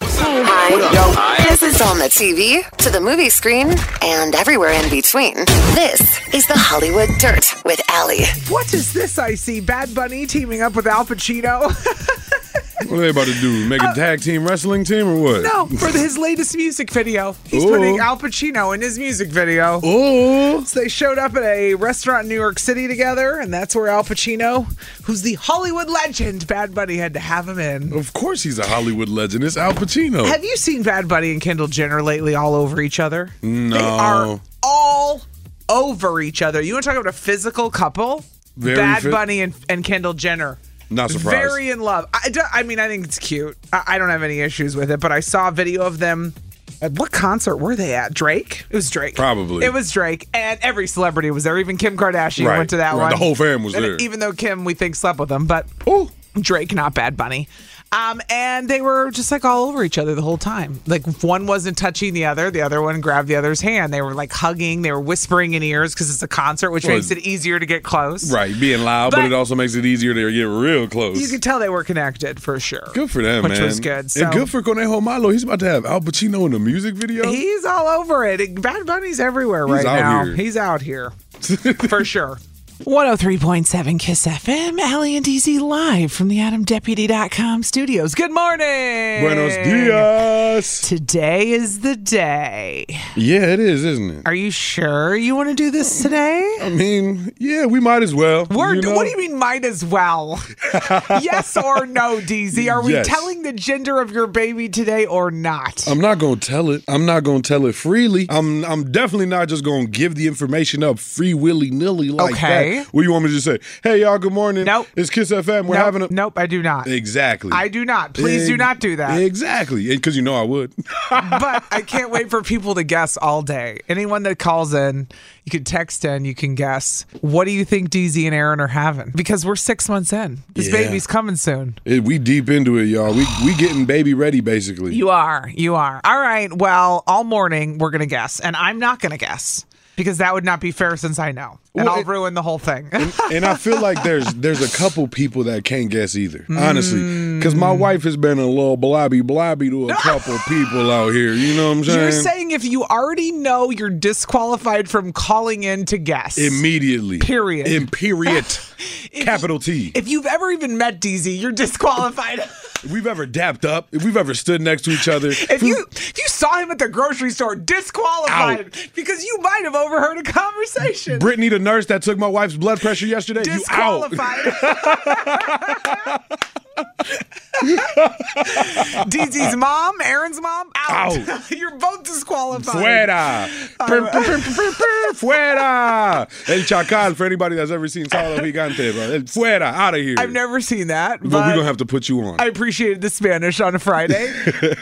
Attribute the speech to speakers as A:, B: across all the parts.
A: Hi. This is on the TV, to the movie screen, and everywhere in between. This is the Hollywood Dirt with Allie.
B: What is this I see? Bad Bunny teaming up with Al Pacino?
C: What are they about to do? Make a tag team wrestling team or what?
B: Uh, no, for his latest music video. He's
C: Ooh.
B: putting Al Pacino in his music video.
C: Ooh.
B: So they showed up at a restaurant in New York City together, and that's where Al Pacino, who's the Hollywood legend, Bad Bunny had to have him in.
C: Of course he's a Hollywood legend. It's Al Pacino.
B: Have you seen Bad Bunny and Kendall Jenner lately all over each other? They are
C: No.
B: all over each other. You want to talk about a physical couple?
C: Very
B: Bad
C: phy-
B: Bunny and, and Kendall Jenner.
C: Not surprised.
B: Very in love. I, do- I mean, I think it's cute. I, I don't have any issues with it, but I saw a video of them. At what concert were they at? Drake? It was Drake.
C: Probably.
B: It was Drake. And every celebrity was there. Even Kim Kardashian
C: Right,
B: went to that
C: right.
B: one.
C: The whole fam was
B: And
C: there.
B: Even though Kim, we think, slept with him, but ooh, Drake, not Bad Bunny. Um, and they were just like all over each other the whole time. Like if one wasn't touching the other, the other one grabbed the other's hand. They were like hugging, they were whispering in ears because it's a concert, which
C: Well,
B: makes it easier to get close.
C: Right, being loud, but,
B: But-
C: it also makes it easier to get real close.
B: You could tell they were connected for sure.
C: good for them,
B: which
C: man.
B: was good. So
C: And good for Conejo Malo. He's about to have Al Pacino in a music video.
B: he's all over it. Bad Bunny's everywhere right
C: out
B: now.
C: here.
B: He's out here for sure. 103.7 Kiss FM, Allie and DZ live from the AdamDeputy.com studios. Good morning.
C: Buenos dias.
B: Today is the day.
C: Yeah, it is, isn't it?
B: Are you sure you want to do this today?
C: I mean, yeah, we might as well.
B: We're,
C: you know?
B: What do you mean, might as well? yes or no, DZ? Are we
C: Yes.
B: telling the gender of your baby today or not?
C: I'm not gonna tell it. I'm not gonna tell it freely. I'm I'm definitely not just gonna give the information up free willy nilly like
B: Okay.
C: that. What do you want me to just say? Hey y'all, good morning.
B: Nope.
C: It's Kiss FM. We're
B: nope,
C: having a
B: nope, I do not.
C: Exactly.
B: I do not. Please do not do that.
C: Exactly. Because you know I would.
B: but I can't wait for people to guess all day. Anyone that calls in, you can text in, you can guess. What do you think DZ and Aaron are having? Because we're six months in. This
C: Yeah.
B: baby's coming soon.
C: It- we deep into it, y'all. We we getting baby ready basically.
B: You are. You are. All right. Well, all morning we're going to guess, and I'm not going to guess because that would not be fair since I know. And
C: Well,
B: I'll
C: it-
B: ruin the whole thing.
C: and I feel like there's there's a couple people that can't guess either,
B: Hmm.
C: honestly. Because my wife has been a little blobby blobby to a couple people out here. You know what I'm saying?
B: You're saying if you already know, you're disqualified from calling in to guess.
C: immediately.
B: Period.
C: In period. Capital T.
B: if you've ever even met DZ, you're disqualified.
C: If we've ever dapped up, if we've ever stood next to each other,
B: If you if you saw him at the grocery store, disqualified him because you might have overheard a conversation.
C: Brittany, the nurse that took my wife's blood pressure yesterday, you out.
B: disqualified. DZ's mom, Aaron's mom, out.
C: Out.
B: You're both disqualified.
C: Fuera. Prim, prim, prim, prim, prim, prim. Fuera. El Chacal, for anybody that's ever seen Sábado Gigante, bro. El Fuera, out of here.
B: I've never seen that, but
C: But we're going to have to put you on.
B: I appreciated the Spanish on a Friday.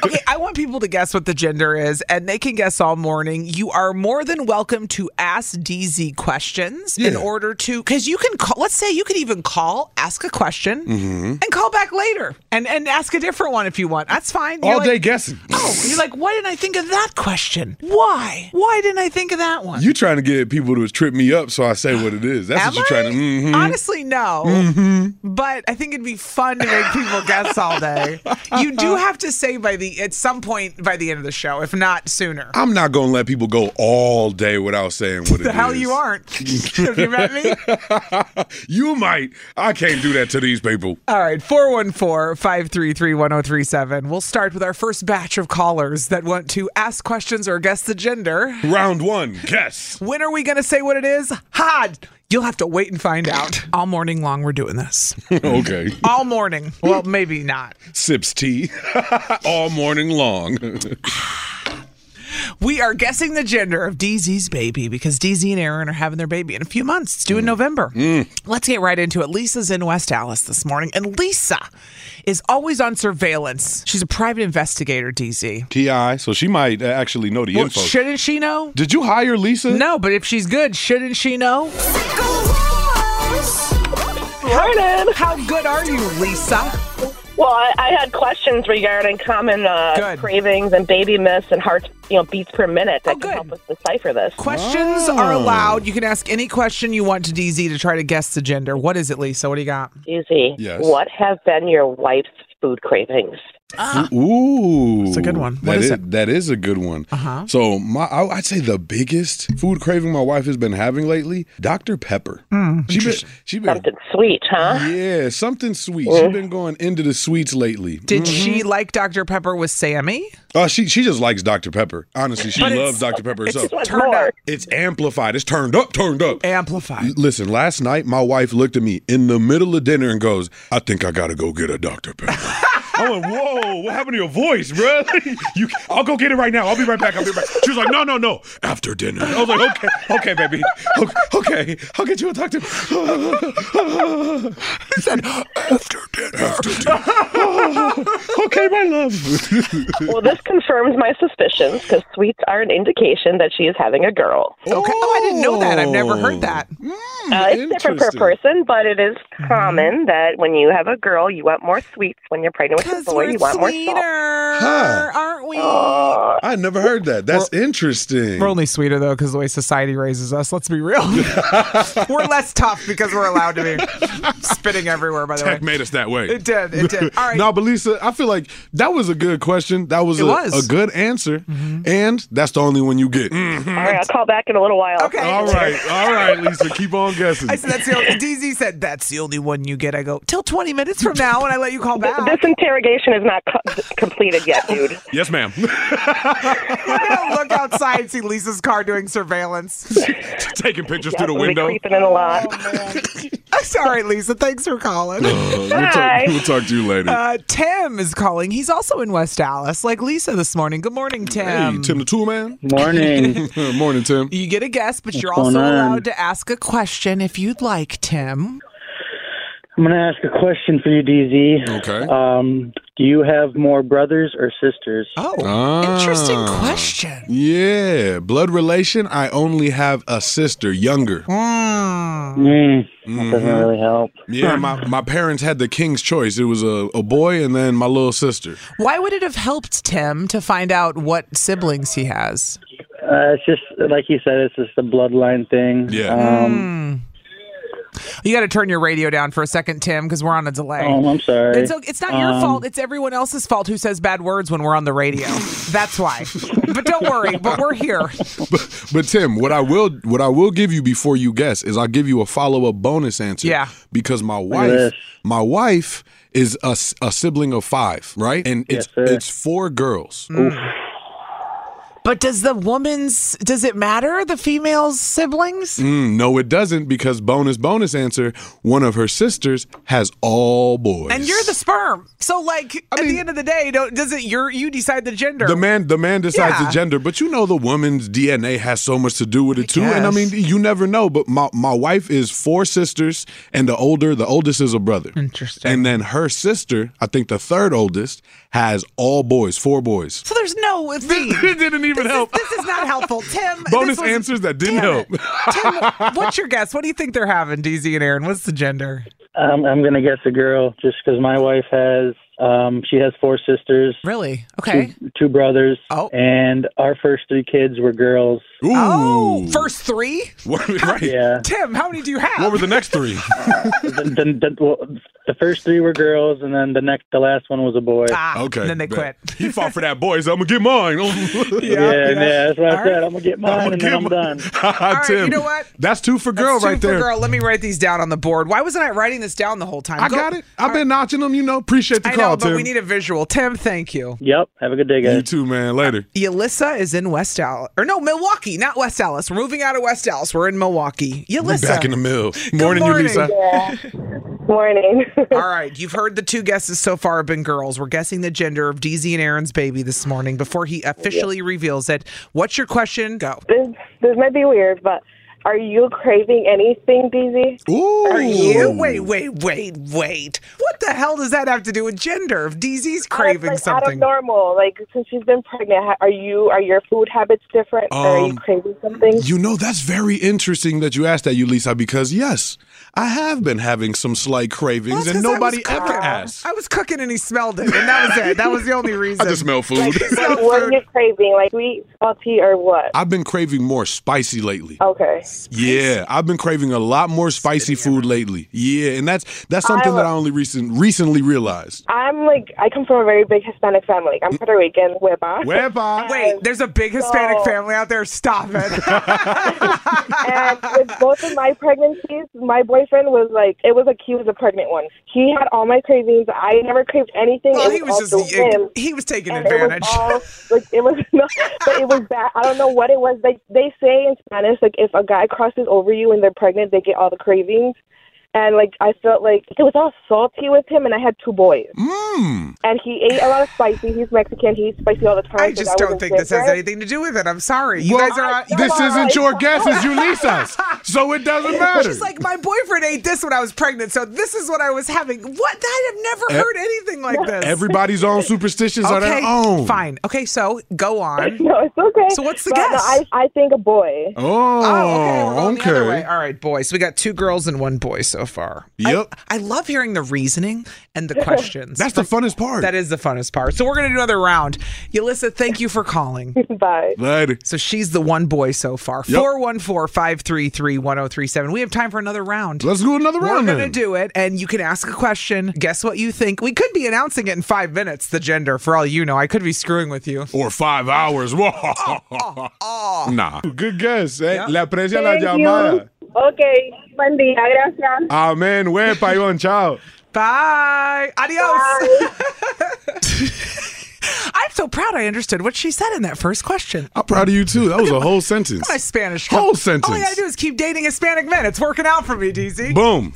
B: okay, I want people to guess what the gender is, and they can guess all morning. You are more than welcome to ask DZ questions in
C: Yeah.
B: order to, because you can call, let's say you could even call, ask a question,
C: Mm-hmm.
B: and call back later and, and ask a different one if you want. That's fine. You're
C: All
B: like,
C: day guessing.
B: Oh, you're like, why didn't I think of that question? Why? Why didn't I think of that one?
C: You trying to get people to trip me up so I say what it is. That's
B: Am
C: what you're trying to. Mm-hmm.
B: I?
C: Mhm.
B: Honestly, no. But I think it'd be fun to make people guess all day. You do have to say by the at some point by the end of the show, if not sooner.
C: I'm not going to let people go all day without saying what it is.
B: the hell you aren't. have you met me?
C: You might. I can't do that to these people.
B: All right, 414 404 533 1037. We'll start with our first batch of callers that want to ask questions or guess the gender.
C: Round one, guess.
B: When are we going to say what it is? Ha! You'll have to wait and find out. All morning long, we're doing this.
C: okay.
B: All morning. Well, maybe not.
C: Sips tea all morning long.
B: We are guessing the gender of DZ's baby because DZ and Aaron are having their baby in a few months. It's due
C: Mm.
B: in November. Let's get right into it. Lisa's in West Dallas this morning, and Lisa is always on surveillance. She's a private investigator, DZ.
C: Ti, so she might uh, actually know the
B: Well,
C: info.
B: shouldn't she know?
C: Did you hire Lisa?
B: No, but if she's good, shouldn't she know?
D: Morning.
B: How good are you, Lisa?
D: Well, I, I had questions regarding common uh,
B: Good.
D: cravings and baby myths and hearts, you know, beats per minute that
B: Oh,
D: can
B: good.
D: help us decipher this.
B: Questions are
C: Hmm.
B: allowed. You can ask any question you want to DZ to try to guess the gender. What is it, Lisa? What do you got?
D: Easy.
C: Yes.
D: What have been your wife's food cravings?
C: Ah. Ooh, it's
B: a good one. What
C: that
B: is
C: is,
B: it?
C: that is a good one. Uh-huh. So my, I, I'd say the biggest food craving my wife has been having lately, Dr Pepper. she been, she been,
D: Something sweet, huh?
C: yeah, something sweet. She's been going into the sweets lately.
B: Did she like Dr. Pepper with Sammy?
C: Oh, Mm-hmm. she she just likes Dr Pepper. Honestly, she
B: But it's-
C: loves Dr Pepper
B: it's
C: herself.
D: What's
B: Turned
D: more?
B: up.
C: It's amplified. It's turned up, turned up.
B: Amplified.
C: Listen, last night my wife looked at me in the middle of dinner and goes, "I think I gotta go get a Dr Pepper." I went, "Whoa, what happened to your voice, bro? you, I'll go get it right now. I'll be right back. I'll be right back." She was like, "No, no, no, after dinner." I was like, "Okay, okay, baby, okay, okay. I'll get you a Dr."
B: Oh,
C: I said, "After dinner." After dinner. okay, my love.
D: Well, this confirms my suspicions because sweets are an indication that she is having a girl.
B: Okay. Oh, I didn't know that. I've never heard that.
D: Uh, it's different per
C: Hmm, Interesting.
D: person, but it is
B: Mm-hmm.
D: common that when you have a girl, you want more sweets. When you're pregnant with a
B: Because
D: boy,
B: we're
D: you want more salt.
B: sweeter,
C: Oh. Huh.
B: aren't we?
C: I never heard that. That's interesting.
B: We're only sweeter though because the way society raises us. Let's be real. we're less tough because we're allowed to be spitting everywhere. By the
C: Tech
B: way,
C: made us that way.
B: it did. It did. All right.
C: No, but Lisa, I feel like that was a good question. That was,
B: It
C: a,
B: was. Mm-hmm.
C: a good answer. And that's the only one you get.
D: All right, I'll call back in a little while.
B: Okay.
C: All right. All right, Lisa. Keep on guessing.
B: I said that's the only, DZ said that's the only one you get. I go till twenty minutes from now, and I let you call
D: This
B: back.
D: interrogation is not co- completed yet, dude.
C: yes, ma'am.
B: We're gonna look outside and see Lisa's car doing surveillance.
C: Taking pictures
D: Yeah, we'll be creeping in a lot.
B: Sorry, Lisa. Thanks for calling.
C: Uh, we'll, talk,
D: Bye.
C: we'll talk to you later.
B: Uh, Tim is calling. He's also in West Dallas, like Lisa this morning. Good morning,
C: hey,
B: Tim.
C: Tim the Tool Man.
E: Morning.
C: Morning, Tim.
B: Um, You get a guess, but you're also
E: going on?
B: allowed to ask a question if you'd like, Tim.
E: I'm going to ask a question for you, DZ.
C: Okay.
E: Um, do you have more brothers or sisters?
B: Oh,
C: Ah.
B: interesting question.
C: Yeah, blood relation. I only have a sister,
B: Hmm.
C: younger. Mm-hmm.
E: Mm, That doesn't really help.
C: Yeah, my, my parents had the king's choice. It was a, a boy and then my little sister.
B: Why would it have helped Tim to find out what siblings he has?
E: Uh, it's just, like you said, it's just a bloodline thing.
C: Yeah.
E: Um,
B: You got to turn your radio down for a second, Tim, because we're on a delay.
E: oh, I'm
B: Mm.
E: sorry. Um,
B: It's, o- it's not your fault. It's everyone else's fault who says bad words when we're on the radio. That's why. But don't worry, but we're here.
C: But, but Tim, what I will what I will give you before you guess is I'll give you a follow up bonus answer.
B: Yeah.
C: Because my
E: at
C: wife,
E: this.
C: my wife is a, s- a sibling of five, right? And it's
E: Yes, sir.
C: it's four girls.
B: But does the woman's, does it matter, the female's siblings?
C: Mm, no, it doesn't because bonus bonus answer. One of her sisters has all boys.
B: And you're the sperm. So, like, at
C: mean-
B: the end of the day, don't, doesn't your, you decide the gender.
C: the man, the man decides
B: Yeah.
C: the gender, but you know the woman's DNA has so much to do with it too. And I
B: guess.
C: mean, you never know. But my, my wife is four sisters, and the older, the oldest is a brother.
B: Interesting.
C: And then her sister, I think the third oldest, has all boys, four boys.
B: So there's no theme.
C: it didn't even
B: This is-
C: help.
B: This is not helpful, Tim. this
C: Bonus answers that didn't
B: Damn it. Tim, what's your guess? What do you think they're having, DZ and Aaron? What's the gender?
E: Um, I'm going to guess a girl just because my wife has Um, she has four sisters,
B: Really? Okay.
E: two, two brothers,
B: Oh.
E: and our first three kids were girls.
C: Ooh.
B: Oh, first three?
C: What- right.
E: Yeah,
B: Tim, how many do you have?
C: What were the next three?
E: the, the, the, well, the first three were girls, and then the next, the last one was a boy.
B: ah,
C: Okay.
B: Then they
C: bet.
B: quit.
C: He fought for that boy, so I'm gonna get mine.
B: Yeah,
E: yeah, yeah, that's what I
B: All
E: said.
B: right.
E: I'm gonna get mine, and then I'm done.
C: All
B: right, you know what?
C: That's two for
B: That's
C: girl
B: two
C: right
B: for
C: there.
B: Girl, let me write these down on the board. Why wasn't I writing this down the whole time?
C: I
B: Go-
C: got it. I've been notching them. You know, appreciate the
B: I
C: call,
B: know, but
C: Tim.
B: we need a visual. Tim, thank you.
E: Yep. Have a good day, guys.
C: you too, man. Later.
B: Yelissa is in West Dallas, or no, Milwaukee, not West Dallas. We're moving out of West Dallas. We're in Milwaukee.
C: We're
B: Yelissa.
C: back in the mill. Morning,
B: morning.
C: Yulisa.
D: Yeah. Morning.
B: All right, you've heard the two guesses so far have been girls. We're guessing the gender of DZ and Aaron's baby this morning before he officially reveals it. What's your question? Go.
D: this, this might be weird, but are you craving anything, DZ?
C: Ooh.
B: Are you? Wait, wait, wait, wait. What the hell does that have to do with gender? If DZ's craving
D: like, Out of
B: something.
D: normal, like since she's been pregnant, ha- are you are your food habits different? or are
C: Um,
D: you craving something?
C: You know, that's very interesting that you asked that, Yulisa, because yes, I have been having some slight
B: Well,
C: cravings
B: it's
C: and
B: 'cause I was
C: nobody ever
B: cooking.
C: asked.
B: I was cooking and he smelled it, and that was it. That was the only reason.
C: I just smell food.
B: Smelled
D: what are
B: food.
D: you craving? Like sweet, salty, or what?
C: I've been craving more spicy lately.
D: Okay.
C: Yeah, I've been craving a lot more spicy food lately. Yeah, and that's that's something that I only recent, recently realized.
D: I'm like I come from a very big Hispanic family. I'm Puerto Rican, huepa.
C: Whereby,
B: Wait, there's a big Hispanic
D: No.
B: family out there. Stop it.
D: and with both of my pregnancies, my boyfriend was like, it was like he was a pregnant one. He had all my cravings. I never craved anything.
B: well,
D: it
B: he was
D: all
B: just
D: through him.
B: he was taking
D: And it was
B: advantage.
D: all like it was no, but it was bad. I don't know what it was. Like they say in Spanish, like if a guy crosses over you and they're pregnant, they get all the cravings. And like I felt like it was all salty with him, and I had two boys.
C: mm,
D: And he ate a lot of spicy. He's Mexican. He eats spicy all the time.
B: I
D: so
B: just
D: that
B: don't
D: was
B: think this has
D: different.
B: anything to do with it. I'm sorry. You
C: Well,
B: guys are. on-
C: this
D: on,
C: isn't your
D: come
C: guess, it's Yulisa's, so it doesn't matter.
B: She's like, my boyfriend ate this when I was pregnant, so this is what I was having. What? I have never
C: Ev-
B: heard anything like this.
C: E- Everybody's own superstitions are
B: okay,
C: their own.
B: fine. Okay, so go on.
D: No, it's okay.
B: So what's the
D: But no,
B: guess?
D: I, I think a boy.
B: we're
C: Oh,
B: going the other way.
C: okay.
B: All right, boys. We got two girls and one boy so far.
C: Yep.
B: I love hearing the reasoning and the questions.
C: That's the funnest part.
B: That is the funnest part. So we're gonna do another round. Yelissa, thank you for calling.
D: Bye.
C: Later.
B: So she's the one boy so far.
C: Yep.
B: 414-533-1037. We have time for another round.
C: Let's do another
B: We're
C: round.
B: going to
C: then.
B: do it, and you can ask a question. Guess what you think? We could be announcing it in five minutes, the gender, for all you know. I could be screwing with you.
C: or five hours. Whoa. Nah. Good guess. Eh? La aprecia la llamada.
D: Okay. Buen día. Gracias.
C: Amen. Wey, payón. Ciao.
B: Bye. Adios. I'm so proud I understood what she said in that first question.
C: I'm proud of you too. That was a whole sentence.
B: My Spanish.
C: Whole
B: All I
C: sentence.
B: gotta do is keep dating Hispanic men. It's working out for me, DZ.
C: Boom.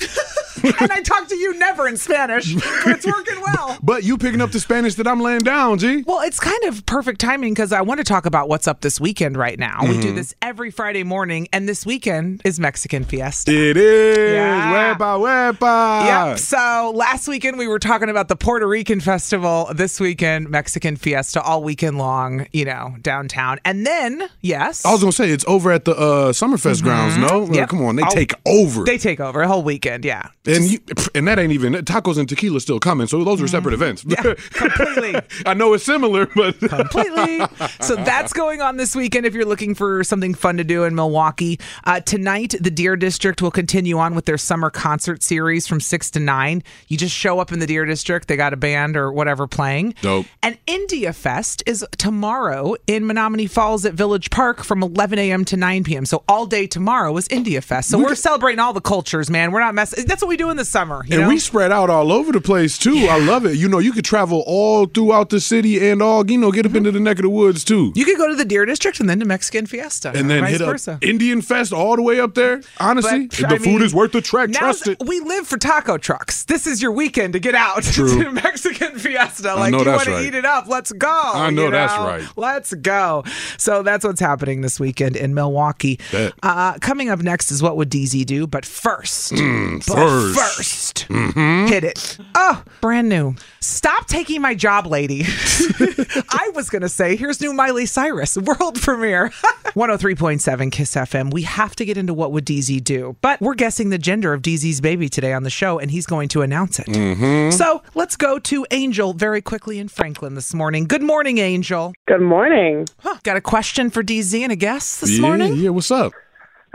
B: and I talk to you never in Spanish, but it's working well.
C: But you picking up the Spanish that I'm laying down, G.
B: Well, it's kind of perfect timing because I want to talk about what's up this weekend right now. We
C: Mm-hmm.
B: do this every Friday morning, and this weekend is Mexican Fiesta.
C: It is.
B: Yeah.
C: Wepa, wepa.
B: Yep. So last weekend we were talking about the Puerto Rican festival. This weekend, Mexican Fiesta all weekend long, you know, downtown. And then, yes.
C: I was gonna say it's over at the uh, Summerfest grounds. No, Well,
B: Mm-hmm. Yep.
C: come on, they
B: I'll-
C: take over.
B: they take over a whole weekend, yeah.
C: and you, pff, and that ain't even tacos and tequila still coming. So those are separate events.
B: Mm-hmm. Yeah, completely.
C: I know it's similar, but
B: completely. so that's going on this weekend if you're looking for something fun to do in Milwaukee. Uh, tonight, the Deer District will continue on with their summer concert series from 6 to 9. You just show up in the Deer District, they got a band or whatever playing.
C: Dope.
B: And India Fest is tomorrow in Menominee Falls at Village Park from 11 a.m. to 9 p.m. So all day tomorrow is India Fest. So we are celebrating all the cultures, man. We're not messing. That's what we do in the summer. You
C: and
B: know?
C: we spread out all over the place too. I love it. You know, you could travel all throughout the city and all, you know, get up into the neck of the woods too.
B: you could go to the Deer District and then to Mexican Fiesta.
C: and then
B: vice
C: hit
B: versa.
C: up Indian Fest all the way up there. Honestly,
B: But,
C: the
B: I
C: food
B: mean,
C: is worth the trek.
B: now's-
C: Trust it.
B: We live for taco trucks. This is your weekend to get out to Mexican Fiesta. Like
C: know
B: you
C: that's
B: want
C: right.
B: to eat it up. Let's go. I
C: know that's right.
B: Let's go. So that's what's happening this weekend in Milwaukee.
C: Bet.
B: Uh, coming up next is what would DZ do? But first, but
C: first. Mm, first. Mm-hmm.
B: 1st Hit it. Oh, brand new. Stop taking my job, lady. I was going to say, here's new Miley Cyrus, world premiere. 103.7 Kiss FM. We have to get into what would DZ do, but we're guessing the gender of DZ's baby today on the show, and he's going to announce it.
C: Mm-hmm.
B: So let's go to Angel very quickly in Franklin this morning. Good morning, Angel.
F: Good morning.
B: Huh, got a question for DZ and a guess this
C: yeah,
B: morning?
C: yeah. What's up?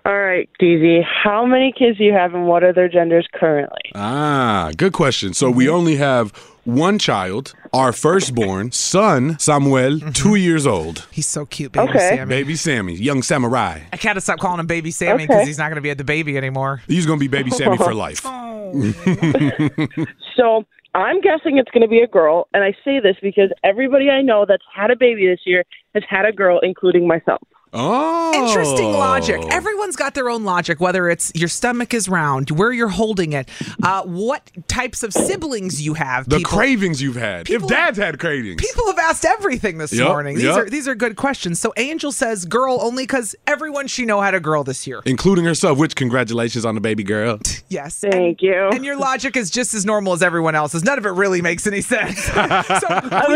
F: All right, DZ, how many kids do you have and what are their genders currently?
C: Ah, good question. So
B: Mm-hmm.
C: we only have one child, our firstborn son, Samuel, two years old.
B: Mm-hmm. He's so cute, baby
F: Okay.
B: Sammy.
C: Baby Sammy, young samurai.
B: I gotta stop calling him Baby Sammy because
F: Okay.
B: he's not gonna be at the baby anymore.
C: He's gonna be baby Sammy for life.
F: So I'm guessing it's going to be a girl, and I say this because everybody I know that's had a baby this year has had a girl, including myself.
C: Oh,
B: Interesting logic. Everyone's got their own logic, whether it's your stomach is round, where you're holding it, uh, what types of siblings you have.
C: the
B: people,
C: cravings you've had. If
B: people-
C: dad's had cravings,
B: people have asked everything this
C: Yep,
B: morning. These
C: yep.
B: are these are good questions. So Angel says girl only because everyone she know had a girl this year.
C: including herself. Which congratulations on the baby girl.
B: Yes.
F: Thank you.
B: And your logic is just as normal as everyone else's. None of it really makes any sense. so
F: was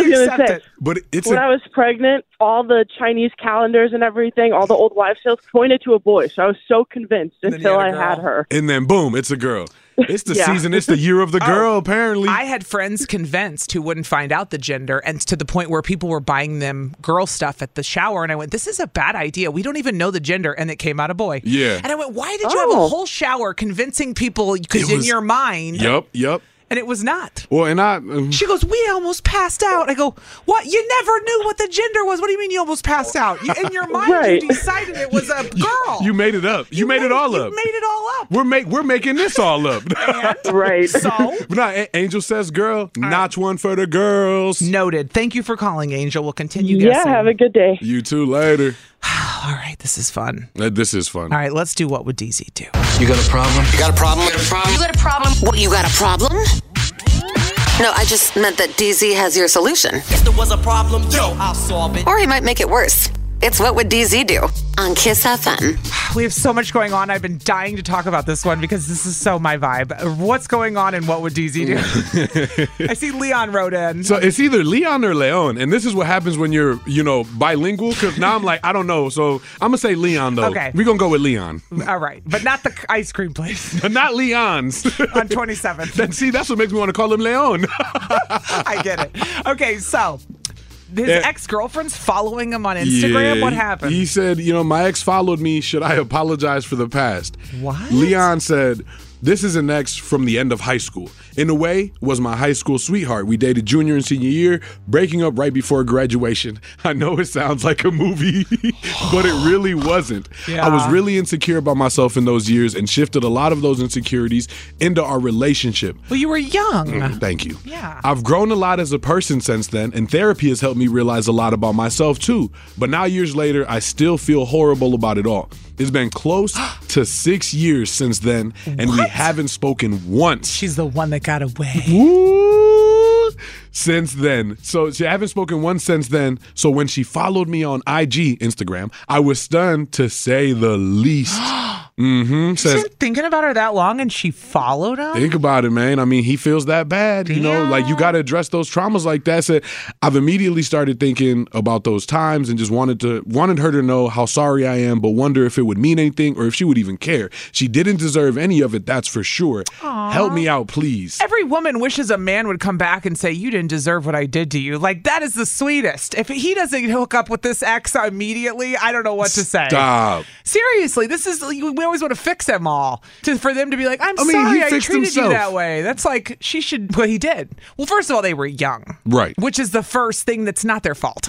B: we
F: gonna
B: accept
F: say,
B: it.
C: But it's
F: When I
C: a,
F: was pregnant, all the Chinese calendars and everything, all the old wives' tales pointed to a boy, so I was so convinced
B: then you
F: until
B: had a
F: I had
B: girl.
F: her.
C: and then boom, it's a girl. It's the
F: Yeah.
C: season. It's the year of the girl. apparently,
B: Oh, I had friends convinced who wouldn't find out the gender, and to the point where people were buying them girl stuff at the shower. And I went, "This is a bad idea. We don't even know the gender," and it came out a boy.
C: Yeah.
B: And I went, "Why did you have a
F: Oh.
B: whole shower convincing people? Because
C: It
B: in
C: was-
B: your mind,
C: Yep, yep.
B: and it was not."
C: Well, and I. um,
B: She goes, "We almost passed out." I go, "What? You never knew what the gender was. What do you mean you almost passed out? You, in your mind,
F: Right.
B: you decided it was a girl.
C: You made it up. You, made, it all up.
B: You made it all up.
C: we're make we're making this all up.
F: Right.
B: So
C: but not Angel says girl. Notch one for the girls.
B: noted. Thank you for calling, Angel. We'll continue.
F: yeah,
B: guessing.
F: have a good day.
C: You two later.
B: All right, this is fun.
C: Uh, This is fun.
B: All right, let's do what would DZ do?
A: You got a problem? What, you got a problem? No, I just meant that DZ has your solution.
G: If there was a problem, yo, I'll solve it.
A: Or he might make it worse. It's What Would DZ Do on Kiss FM.
B: We have so much going on. I've been dying to talk about this one because this is so my vibe. What's going on and what would DZ do? I see Leon wrote in.
C: So it's either Leon or Leon, and this is what happens when you're, you know, bilingual. Because now I'm like, I don't know. So I'm gonna say Leon though.
B: Okay.
C: We're gonna go with Leon,
B: All right, but not the ice cream place
C: not Leon's.
B: on 27th.
C: That- See, that's what makes me want to call him Leon.
B: I get it. Okay, so his
C: Yeah.
B: ex girlfriend's following him on Instagram.
C: Yeah.
B: What happened?
C: He said, you know, my ex followed me. Should I apologize for the past?
B: What?
C: Leon said, this is an ex from the end of high school. In a way, was my high school sweetheart. We dated junior and senior year, breaking up right before graduation. I know it sounds like a movie, but it really wasn't. I was
B: Yeah.
C: really insecure about myself in those years and shifted a lot of those insecurities into our relationship.
B: well, you were young.
C: Mm, Thank you.
B: Yeah.
C: I've grown a lot as a person since then, and therapy has helped me realize a lot about myself too. But now, years later, I still feel horrible about it all. It's been close to six years since then, and we haven't spoken once.
B: She's the one that got away.
C: Ooh, since then. So she I haven't spoken once since then. So when she followed me on IG, Instagram, I was stunned to say the least. mm-hmm.
B: She's
C: Says
B: been thinking about her that long and she followed him?
C: Think about it, man. I mean, he feels that bad. You know, like you got to address those traumas like that. So I've immediately started thinking about those times and just wanted to wanted her to know how sorry I am, but wonder if it would mean anything or if she would even care. She didn't deserve any of it, that's for sure. Help me out, please.
B: Every woman wishes a man would come back and say, You didn't deserve what I did to you. Like, that is the sweetest. If he doesn't hook up with this ex immediately, I don't know what to say.
C: Stop.
B: Seriously, this is, we always want to fix them all. To, for them to be like, I'm
C: I mean, he
B: sorry I
C: fixed
B: treated
C: himself.
B: you that way. That's like, she should, well, he did. Well, first of all, they were young.
C: Right.
B: Which is the first thing that's not their fault.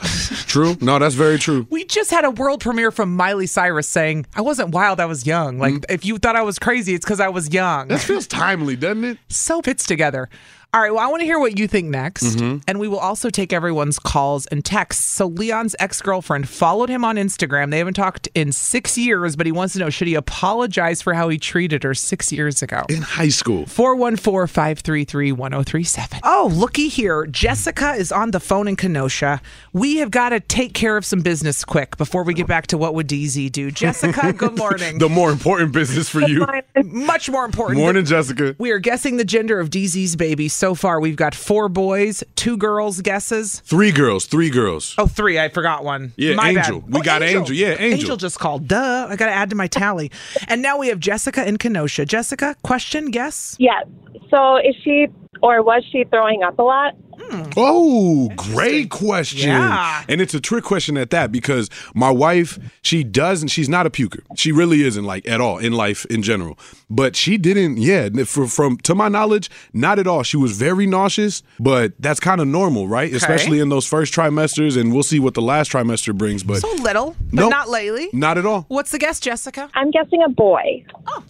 C: True? No, that's very true.
B: We just had a world premiere from Miley Cyrus saying, I wasn't wild, I was
C: Mm.
B: young. Like, if you thought I was crazy, it's because I was young.
C: That feels timely, doesn't it?
B: so fits together. All right. Well, I want to hear what you think next.
C: Mm-hmm.
B: And we will also take everyone's calls and texts. So, Leon's ex girlfriend followed him on Instagram. They haven't talked in six years, but he wants to know should he apologize for how he treated her six years ago?
C: In high school.
B: 414 533 1037. Oh, looky here. Jessica is on the phone in Kenosha. We have got to take care of some business quick before we get back to what would DZ do. Jessica, good morning.
C: the more important business for you.
B: Much more important.
C: Morning, Jessica.
B: We are guessing the gender of DZ's baby so far. We've got four boys, two girls guesses.
C: Three girls, three girls.
B: Oh, three. I forgot one.
C: Yeah,
B: My bad.
C: Angel. We
B: Oh,
C: got Angel. Yeah, Angel.
B: just called. Duh. I got to add to my tally. and now we have Jessica in Kenosha. Jessica, question, guess?
D: Yes. So is she or was she throwing up a lot?
B: Hmm.
C: Oh, great question.
B: Yeah.
C: And it's a trick question at that because my wife, she doesn't, she's not a puker. She really isn't like at all in life in general. But she didn't, yeah, from, from to my knowledge, not at all. She was very nauseous, but that's kind of normal, right? Especially in those first trimesters. And we'll see what the last trimester brings. But
B: So little, but
C: Nope.
B: not lately.
C: not at all.
B: What's the guess, Jessica?
D: I'm guessing a boy.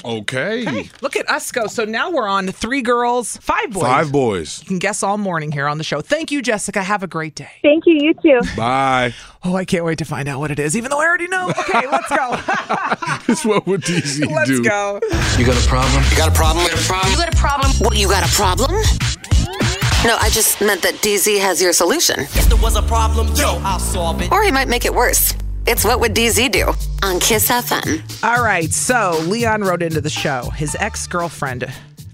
C: Okay.
B: Look at us go. So now we're on three girls, five boys.
C: Five boys.
B: You can guess all morning here on the show. Thank you, Jessica. Have a great day.
D: Thank you, you too.
C: Bye.
B: Oh, I can't wait to find out what it is, even though I already know. Okay, let's go.
C: It's what would DZ
B: let's
C: do?
B: go.
G: You got a problem? You got a problem?
A: You got a problem? What, you got a problem? No, I just meant that DZ has your solution.
G: If there was a problem, yo, I'll solve it.
A: Or he might make it worse. It's What Would DZ Do on Kiss FM.
B: All right, so Leon wrote into the show. His ex girlfriend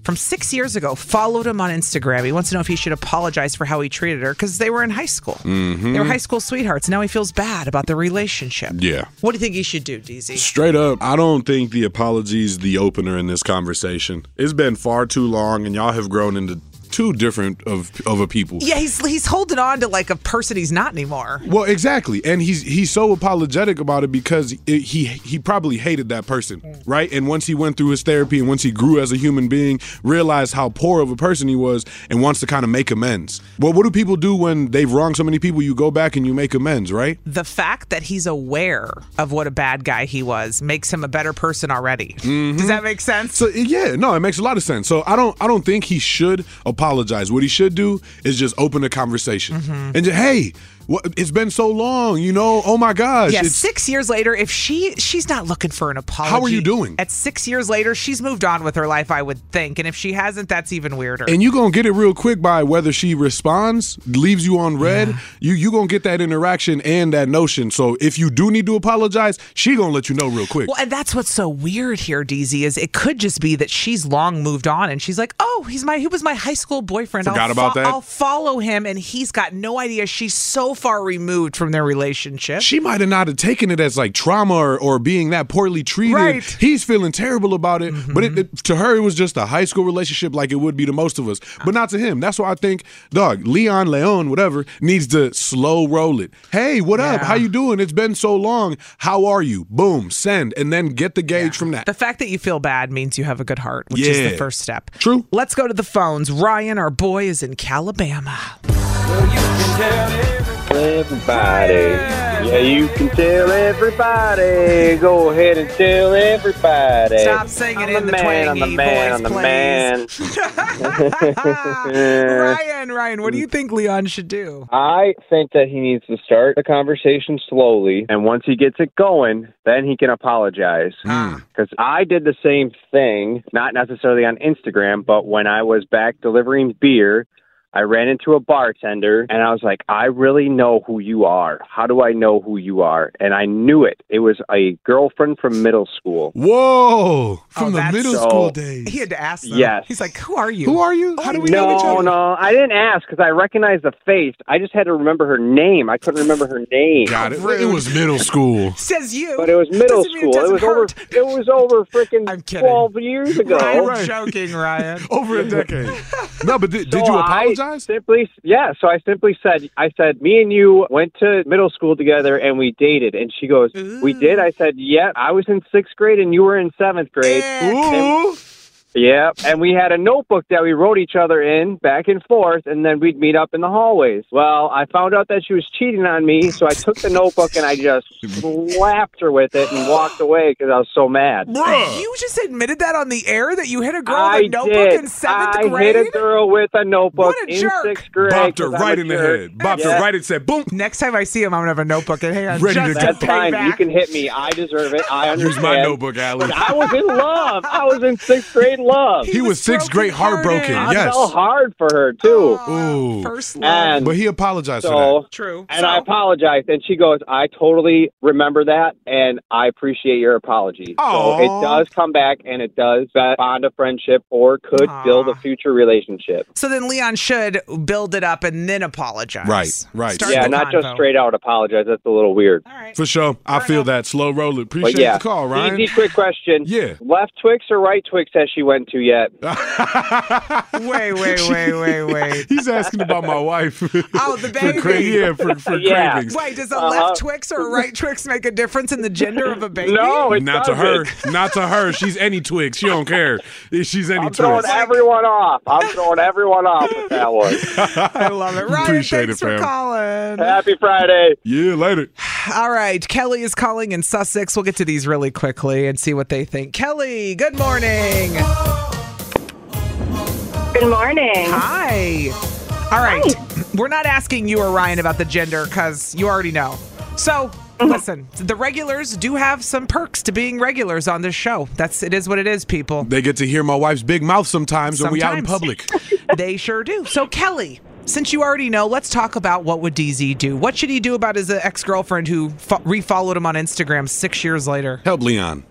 B: from six years ago followed him on Instagram. He wants to know if he should apologize for how he treated her because they were in high school.
C: Mm-hmm.
B: They were high school sweethearts. Now he feels bad about the relationship.
C: Yeah.
B: What do you think he should do, DZ?
C: Straight up, I don't think the apology's the opener in this conversation. It's been far too long, and y'all have grown into two different of of a people.
B: Yeah, he's he's holding on to like a person he's not anymore.
C: Well, exactly, and he's he's so apologetic about it because it, he he probably hated that person, right? And once he went through his therapy and once he grew as a human being, realized how poor of a person he was, and wants to kind of make amends. Well, what do people do when they've wronged so many people? You go back and you make amends, right?
B: The fact that he's aware of what a bad guy he was makes him a better person already. Does that make sense?
C: Mm-hmm. So yeah, no, it makes a lot of sense. So I don't I don't think he should apologize. What he should do is just open a conversation
B: Mm-hmm.
C: and just hey, what, it's been so long, you know. Oh my gosh,
B: Yeah,
C: it's-
B: six years later, if she she's not looking for an apology,
C: How are you doing?
B: At six years later, she's moved on with her life, I would think. And if she hasn't, that's even weirder.
C: and you gonna get it real quick by whether she responds, leaves you on red. You you gonna get that interaction and that notion. So if you do need to apologize, she gonna let you know real quick.
B: well, and that's what's so weird here, DZ, is it could just be that she's long moved on and she's like, oh, he's my he was my high school boyfriend. I'll
C: Forgot about that.
B: I'll follow him, and he's got no idea. She's so far removed from their relationship.
C: She might have not have taken it as like trauma or, or being that poorly treated.
B: Right. Mm-hmm.
C: He's feeling terrible about it. But it, it- to her, it was just a high school relationship like it would be to most of us, but not to him. That's why I think, dog, Leon, Leon, whatever, needs to slow roll it. Hey, what up? How you doing? It's been so long. How are you? Boom, send. And then get the gauge from that.
B: The fact that you feel bad means you have a good heart, which is the
C: Yeah.
B: first step.
C: True.
B: Let's go to the phones. Ryan, our boy, is in Calabama.
E: Everybody. Yeah, you can tell everybody. Go ahead and tell everybody.
B: Stop singing
E: I'm
B: in the
E: man, I'm
B: twangy
E: the man,
B: boys,
E: I'm the
B: please.
E: man.
B: Ryan, Ryan, what do you think Leon should do?
E: I think that he needs to start the conversation slowly, and once he gets it going, then he can apologize.
B: Ah.
E: Because I did the same thing, not necessarily on Instagram, but when I was back delivering beer, I ran into a bartender and I was like, I really know who you are. How do I know who you are? And I knew it. It was a girlfriend from middle school.
C: Whoa.
B: Oh,
C: From the
B: that's
C: middle
E: so-
C: school days.
B: He had to ask them.
E: Yes.
B: He's like, who are you?
C: Who are you? How do we know each
E: No,
C: other?
E: no, I didn't ask because I recognized the face. I just had to remember her name. I couldn't remember her name.
C: Got it. It was middle school.
B: Says you.
E: But it was middle
B: Doesn't mean
E: school. It,
B: doesn't
E: was
B: hurt.
E: over. It was over
B: I'm
E: freaking
B: kidding.
E: twelve years ago.
B: I'm
C: Right.
B: joking, Ryan.
C: Over a decade. no, but did,
E: So
C: did you
E: I
C: apologize?
E: simply, yeah. So I simply said, I said, me and you went to middle school together and we dated. And she goes, we did. I said, yeah. I was in sixth grade and you were in seventh grade.
B: Eh,
C: Ooh.
E: Yeah, and we had a notebook that we wrote each other in back and forth, and then we'd meet up in the hallways. Well, I found out that she was cheating on me, so I took the notebook and I just slapped her with it and walked away because I was so mad.
B: You just admitted that on the air that you hit a girl
E: I
B: with a notebook
E: did.
B: in seventh
E: I
B: grade.
E: hit a girl with a notebook
B: What a
E: in
B: jerk.
E: sixth grade.
C: Bopped her
E: 'cause I'm
C: right
E: a
C: in the
E: jerk.
C: head. Bopped
E: Yeah.
C: her right and said, boom.
B: Next time I see him, I'm gonna have a notebook in hand
C: Ready to
B: just
C: go.
B: to,
E: That's
B: pay
E: fine.
B: back.
E: You can hit me. I deserve it. I
C: Use
E: understand.
C: my notebook, Allie.
E: But I was in love. I was in sixth grade love.
C: He was sixth grade heartbroken.
B: broken-hearted.
E: I
C: Yes.
E: fell hard for her too.
C: Ooh.
B: First love.
E: And
C: But he apologized for
E: so
C: that.
B: True.
E: and I apologized. And she goes, I totally remember that and I appreciate your apology.
C: Aw.
E: So it does come back and it does bond a friendship or could
B: Aw.
E: build a future relationship.
B: So then Leon should build it up and then apologize.
C: Right, right.
B: Start
C: Starting
E: yeah,
B: the
E: not just
B: convo.
E: straight out apologize. That's a little weird.
B: All right.
C: For sure. I feel that. Slow roller. Appreciate
E: But yeah,
C: the call, Ryan.
E: easy, quick question.
C: Yeah.
E: left Twix or right Twix has she went to yet?
B: Wait, wait, wait, wait, wait.
C: He's asking about my wife.
B: Oh, the
C: for cra-
B: baby.
C: yeah, for, for
E: Yeah.
C: cravings.
B: Wait, does a
E: Uh-huh.
B: left Twix or a right Twix make a difference in the gender of a baby?
E: No, it
C: not to her.
E: doesn't.
C: Not to her. She's any twig. She don't care. if She's any
E: I'm throwing
C: twig.
E: everyone off. I'm throwing everyone off with that one.
B: I love it. Ryan,
C: Appreciate
B: thanks
C: it,
B: for
C: fam.
B: calling.
E: Happy Friday.
C: Yeah, later.
B: All right, Kelly is calling in Sussex. We'll get to these really quickly and see what they think. Kelly, good morning.
D: Good morning.
B: Hi. All right, we're not asking you or Ryan about the gender because you already know. So,
D: Mm-hmm.
B: listen, the regulars do have some perks to being regulars on this show. That's it is what it is, people.
C: They get to hear my wife's big mouth sometimes, when we out in
B: Sometimes.
C: public.
B: they sure do. So, Kelly, since you already know, let's talk about what would DZ do. What should he do about his ex girlfriend who fo- refollowed him on Instagram six years later?
C: Help Leon.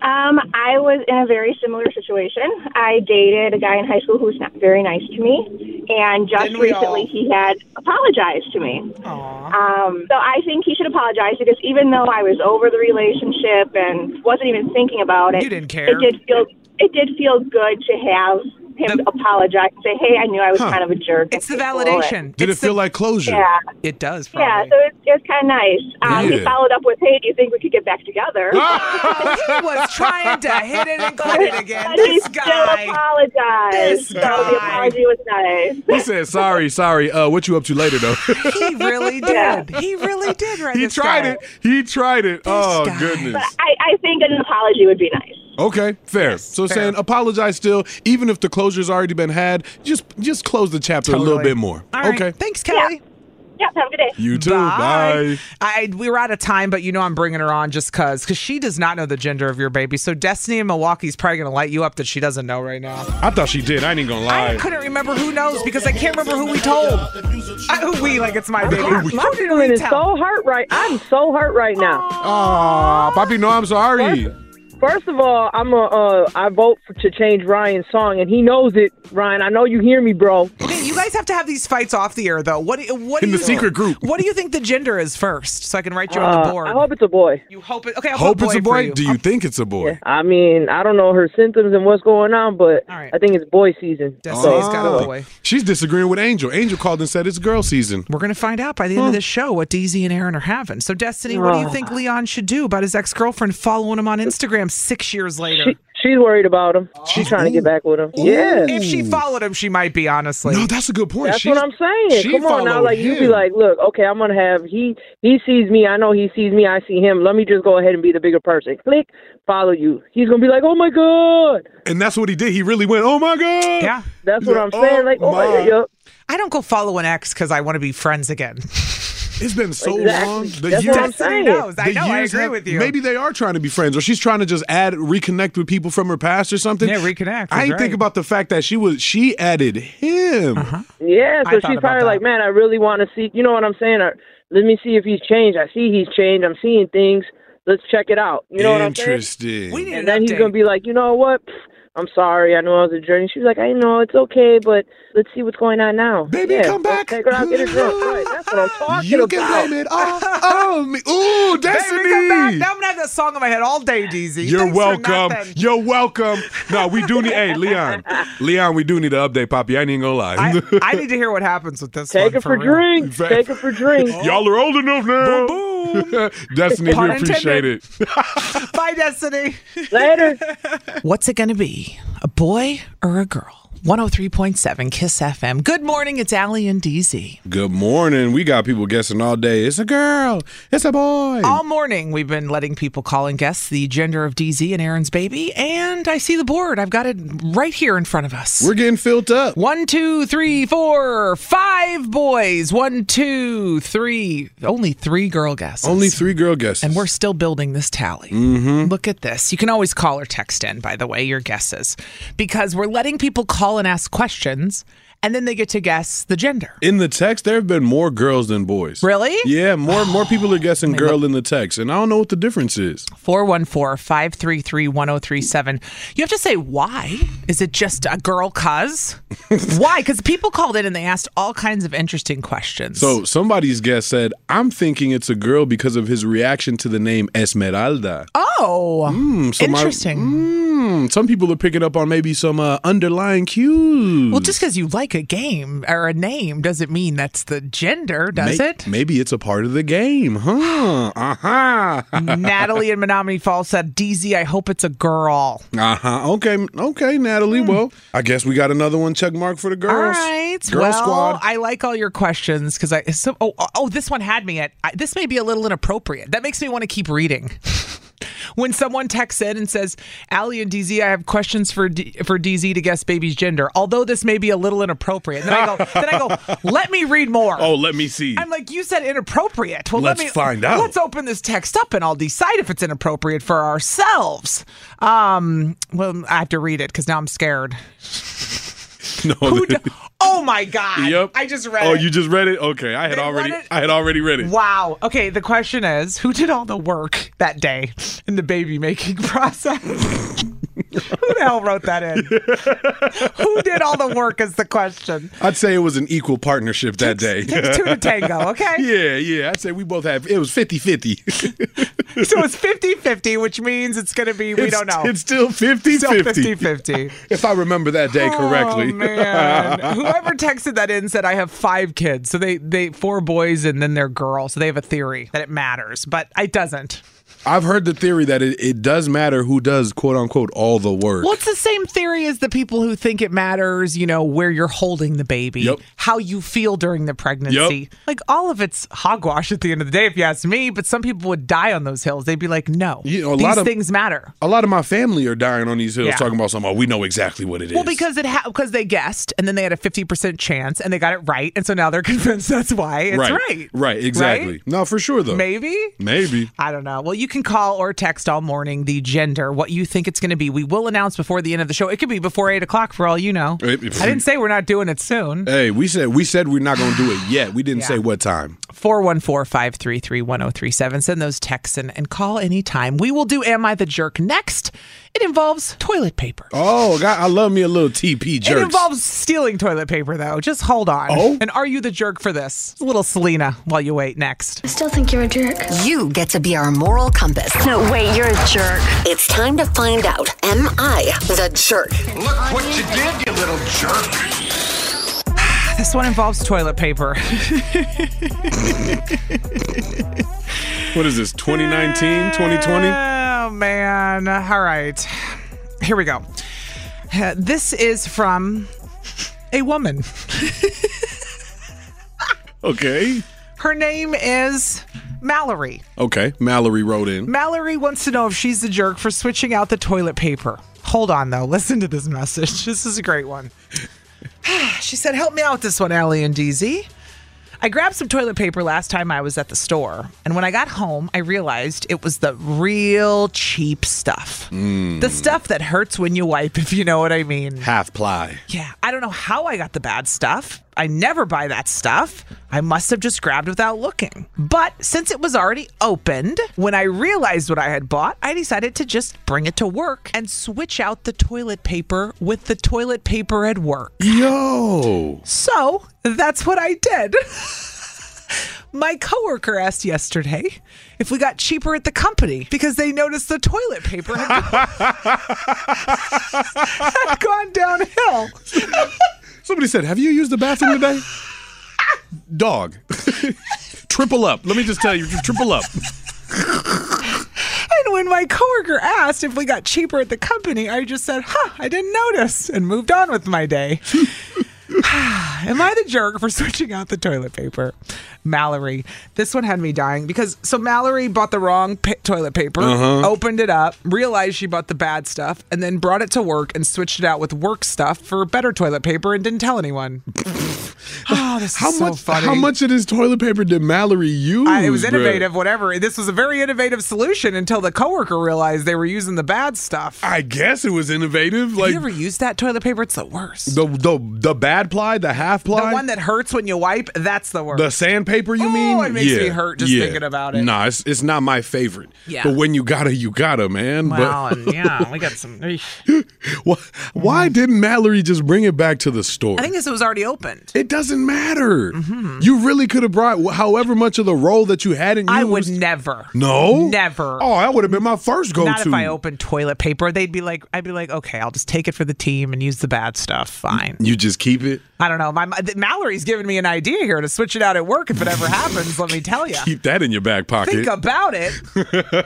D: Um, I was in a very similar situation. I dated a guy in high school who was not very nice to me, and just
B: Didn't we
D: recently
B: all?
D: he had apologized to me.
B: Aww.
D: Um, so I think he should apologize because even though I was over the relationship and wasn't even thinking about it,
B: You didn't care.
D: It did feel it did feel good to have him apologize, say, "Hey, I knew I was kind of a jerk."
B: It's the
D: and people and-
B: validation.
C: Did
B: It's
C: it feel like closure?
D: Yeah,
B: the- it does.
D: yeah.
B: Probably.
D: So it's, it's kind of nice. Um,
C: Yeah.
D: He followed up with, "Hey, do you think we could get back together?"
B: he was trying to hit it and quit it again.
D: But he
B: This
D: still
B: guy.
D: apologized.
B: This
D: So
B: guy.
D: the apology was nice.
C: He said, sorry, sorry. Uh, what you up to later, though?
B: He really
D: Yeah.
B: did. He really did. Right.
C: he
B: this
C: tried
B: guy.
C: it. He tried it. oh,
B: guy.
D: But
C: goodness.
D: I, I think an apology would be nice.
C: Okay, fair. so
B: fair.
C: saying apologize still, even if the closure's already been had, just just close the chapter a little
B: Totally.
C: bit more.
B: All right.
C: Okay.
B: Thanks, Kelly.
D: Yeah, have a good day.
C: You too. Bye.
B: I we were out of time, but you know I'm bringing her on just cause, cause she does not know the gender of your baby. So Destiny in Milwaukee's probably gonna light you up that she doesn't know right now.
C: I thought she did. I ain't even gonna
B: I
C: lie.
B: couldn't remember who knows because I can't remember who we told. I, who we like it's my baby.
F: My
B: Who did
F: feeling
B: we
F: is
B: tell?
F: so hurt right. I'm so hurt right now.
C: Aw, Papi, no, I'm sorry.
F: First of all, I'm a, uh, I vote for, to change Ryan's song, and he knows it. Ryan, I know you hear me, bro.
B: Okay, you guys have to have these fights off the air though. What do, what do
C: In the
B: you-
C: secret group.
B: What do you think the gender is first? So I can write you on
F: Uh,
B: the board.
F: I hope it's a boy.
B: you hope it. Okay, I'll
C: Hope
B: put
C: it's a
B: for
C: boy.
B: you.
C: Do you think it's a boy?
F: I mean, I don't know her symptoms and what's going on, but
B: All right.
F: I think it's boy season.
B: Destiny's got
C: Oh.
B: a boy.
C: She's disagreeing with Angel. Angel called and said it's girl season.
B: We're gonna find out by the end of this show what DZ and Aaron are having. So, Destiny, what
F: Uh.
B: do you think Leon should do about his ex girlfriend following him on Instagram six years later?
F: She, she's worried about him. She's trying to get back with him. Yeah.
B: If she followed him, she might be honestly.
C: No, that's a good point.
F: That's
C: She's-
F: what I'm saying.
C: she
F: Come on now,
C: followed
F: like you be
C: him.
F: like, look, okay, I'm gonna have he he sees me, I know he sees me, I see him. Let me just go ahead and be the bigger person. Click, follow you. He's gonna be like, oh my god.
C: and that's what he did. He really went, oh my God.
B: yeah,
F: That's what
C: Yeah,
F: I'm saying.
C: oh
F: like, oh my,
C: my.
F: yep.
B: I don't go follow an ex because I want to be friends again.
C: It's been so
F: Exactly.
C: long. The
F: That's what I'm
C: years,
B: Destiny
F: saying.
B: knows. I
C: the
B: know. I
C: years
B: agree
C: have-
B: with you.
C: Maybe they are trying to be friends, or she's trying to just add, reconnect with people from her past or something.
B: Yeah, reconnect is
C: I
B: right.
C: ain't
B: Uh-huh.
C: think about the fact that she was she added him.
F: Yeah,
B: I
F: so
B: thought
F: she's
B: about
F: probably
B: that.
F: like, man, I really want to see. You know what I'm saying? I, let me see if he's changed. I see he's changed. I'm seeing things. Let's check it out. You know what I'm saying?
C: Interesting.
B: we need
F: And
B: an
F: then he's
B: update.
F: gonna be like, you know what? Pfft, I'm sorry. I know I was a journey. She's like, I know it's okay, but let's see what's going on now.
C: Baby,
F: Yeah,
C: come
F: let's
C: back.
F: Take her out, get her drunk. Right, that's what I'm talking
C: you
F: about.
C: can blame it all on Oh, me. Ooh, Destiny.
B: Baby, come back. Now I'm gonna have that song in my head all day, DZ.
C: You're
B: Thanks for
C: welcome.
B: nothing.
C: You're welcome. No, we do need. hey, Leon. Leon, we do need an update, Poppy. I ain't even gonna lie.
B: I, I need to hear what happens with this.
F: Take
B: one
F: her for
B: real.
F: drinks.
C: Fact.
F: Take her for drinks.
C: Y'all are old enough
B: Boom,
C: now.
B: boom.
C: Destiny, we
B: Pun
C: appreciate
B: intended.
C: it.
B: Bye, Destiny.
F: Later.
B: What's it gonna be? a boy or a girl? 103.7 Kiss FM. Good morning. It's Allie and DZ.
C: Good morning. We got people guessing all day. It's a girl. It's a boy.
B: All morning, we've been letting people call and guess the gender of DZ and Aaron's baby. And I see the board. I've got it right here in front of us.
C: We're getting filled up.
B: One, two, three, four, five boys. One, two, three. Only three girl guesses.
C: Only three girl guesses. Mm-hmm.
B: And we're still building this tally. Look at this. You can always call or text in, by the way, your guesses, because we're letting people call and ask questions, and then they get to guess the gender.
C: in the text, there have been more girls than boys.
B: Really? Oh
C: Yeah, more more people are guessing girl in the text, and I don't know what the difference is.
B: 414 533 1037. You have to say why. Is it just a girl cuz? why? Because people called in and they asked all kinds of interesting questions.
C: So somebody's guess said, "I'm thinking it's a girl because of his reaction to the name Esmeralda."
B: oh,
C: Hmm, so my-
B: interesting.
C: Mm, some people are picking up on maybe some uh, underlying cues.
B: Well, just because you like a game or a name doesn't mean that's the gender, does
C: May-
B: it?
C: Maybe it's a part of the game, huh? Uh huh.
B: Natalie in Menominee Falls said, DZ, I hope it's a girl.
C: Uh huh. Okay, okay, Natalie. Well, I guess we got another one check mark for the girls.
B: Hmm. All right.
C: Girl
B: well, uh,
C: squad.
B: I like all your questions because I. So, oh, oh, oh, this one had me at. I, this may be a little inappropriate. That makes me want to keep reading. when someone texts in and says, "Allie and DZ, I have questions for D, for DZ to guess baby's gender," although this may be a little inappropriate, then I go, then I go, let me read more.
C: oh, let me see.
B: I'm like, you said inappropriate. Well,
C: Let's
B: let me
C: find out.
B: Let's open this text up and I'll decide if it's inappropriate for ourselves. Um, well, I have to read it because now I'm scared.
C: no,
B: Who d- oh my god!
C: Yep.
B: I just read.
C: Oh,
B: it.
C: you just read it? Okay. I had
B: They
C: already
B: read it?
C: I had already read it.
B: Wow. Okay. The question is, who did all the work that day in the baby making process? who the hell wrote that in? who did all the work is the question.
C: I'd say it was an equal partnership that day.
B: Takes two to tango. Okay.
C: yeah, yeah. I'd say we both have it was 50-50.
B: So it's 50-50, which means it's going to be we
C: It's-
B: don't know.
C: It's still 50-50.
B: Still 50-50.
C: If I remember that day correctly.
B: Oh man! Whoever texted that in said I have five kids, so they they four boys and then their girl, so they have a theory that it matters, but it doesn't.
C: I've heard the theory that it, it does matter who does quote unquote all the work.
B: Well, it's the same theory as the people who think it matters, you know, where you're holding the baby,
C: Yep.
B: how you feel during the pregnancy. Like all of it's hogwash at the end of the day, if you ask me. But some people would die on those hills. They'd be like, no,
C: You know, a
B: these
C: lot of-
B: things matter.
C: A lot of my family are dying on these hills
B: Yeah.
C: talking about something. Oh, we know exactly what it is.
B: Well, because it ha- because they guessed, and then they had a fifty percent chance, and they got it right, and so now they're convinced that's why it's right.
C: right. Right, exactly. No, for sure though.
B: Maybe.
C: Maybe.
B: I don't know. Well, you can call or text all morning the gender, what you think it's going to be. We will announce before the end of the show. It could be before eight o'clock for all you know. I
C: It-
B: didn't say we're not doing it soon.
C: Hey, we said we said we're not going to do it yet. We didn't say what time.
B: 414 533 1037. Send those texts and, and call anytime. We will do Am I the Jerk next. It involves toilet paper.
C: Oh, God, I love me a little TP jerks.
B: It involves stealing toilet paper, though. Just hold on.
C: Oh?
B: And are you the jerk for this? A little Selena while you wait next.
H: Still think you're a jerk.
A: You get to be our moral compass.
H: No, wait, you're a jerk.
A: It's time to find out Am I the jerk?
G: Look what you did, you little jerk.
B: This one involves toilet paper.
C: What is this, 2019, 2020?
B: Oh, man. All right. Here we go. Uh, This is from a woman.
C: Okay.
B: Her name is Mallory.
C: Okay. Mallory wrote in.
B: Mallory wants to know if she's the jerk for switching out the toilet paper. Hold on, though. Listen to this message. This is a great one. she said, Help me out with this one, Allie and DZ. I grabbed some toilet paper last time I was at the store, and when I got home, I realized it was the real cheap stuff. The stuff that hurts when you wipe, if you know what I mean.
C: Mm. Half ply.
B: Yeah, I don't know how I got the bad stuff. I never buy that stuff. I must have just grabbed without looking. But since it was already opened, when I realized what I had bought, I decided to just bring it to work and switch out the toilet paper with the toilet paper at work.
C: Yo.
B: So that's what I did. My coworker asked yesterday if we got cheaper at the company because they noticed the toilet paper had gone, had gone downhill.
C: Somebody said, Have you used the bathroom today? Dog. triple up. Let me just tell you, triple up.
B: And when my coworker coworker asked if we got cheaper at the company, I just said, huh, I didn't notice and moved on with my day. Am I the jerk for switching out the toilet paper? Mallory. This one had me dying because so Mallory bought the wrong pa- toilet paper,
I: Uh-huh.
B: opened it up, realized she bought the bad stuff, and then brought it to work and switched it out with work stuff for better toilet paper and didn't tell anyone. oh, this is
C: How
B: so
C: much?
B: funny.
C: How much of this toilet paper did Mallory use?
B: I- it was
C: bruh?
B: innovative, whatever. This was a very innovative solution until the coworker realized they were using the bad stuff.
C: I guess it was innovative.
B: Have
C: Like
B: you ever used that toilet paper? It's the worst.
C: the the the bad ply, the half ply,
B: The one that hurts when you wipe, that's the worst.
C: The sandpaper, you mean?
B: Oh, it makes me hurt just thinking about it.
C: Nah, it's, it's not my favorite.
B: Yeah.
C: But when you gotta, you gotta, man.
B: Well,
C: but
B: and yeah, we got some. I
C: why, why didn't Mallory just bring it back to the store?
B: think this was already opened.
C: it doesn't matter. You really could have brought wh- however much of the roll that you hadn't used.
B: I would never.
C: No?
B: Never.
C: Oh, that would have been my first go to.
B: Not if I opened toilet paper. They'd be like, I'd be like, okay, I'll just take it for the team and use the bad stuff. Fine.
C: You just keep it.
B: I don't know. My my- Mallory's giving me an idea here to switch it out at work if it ever happens. Let me tell you.
C: Keep that in your back pocket.
B: Think about it.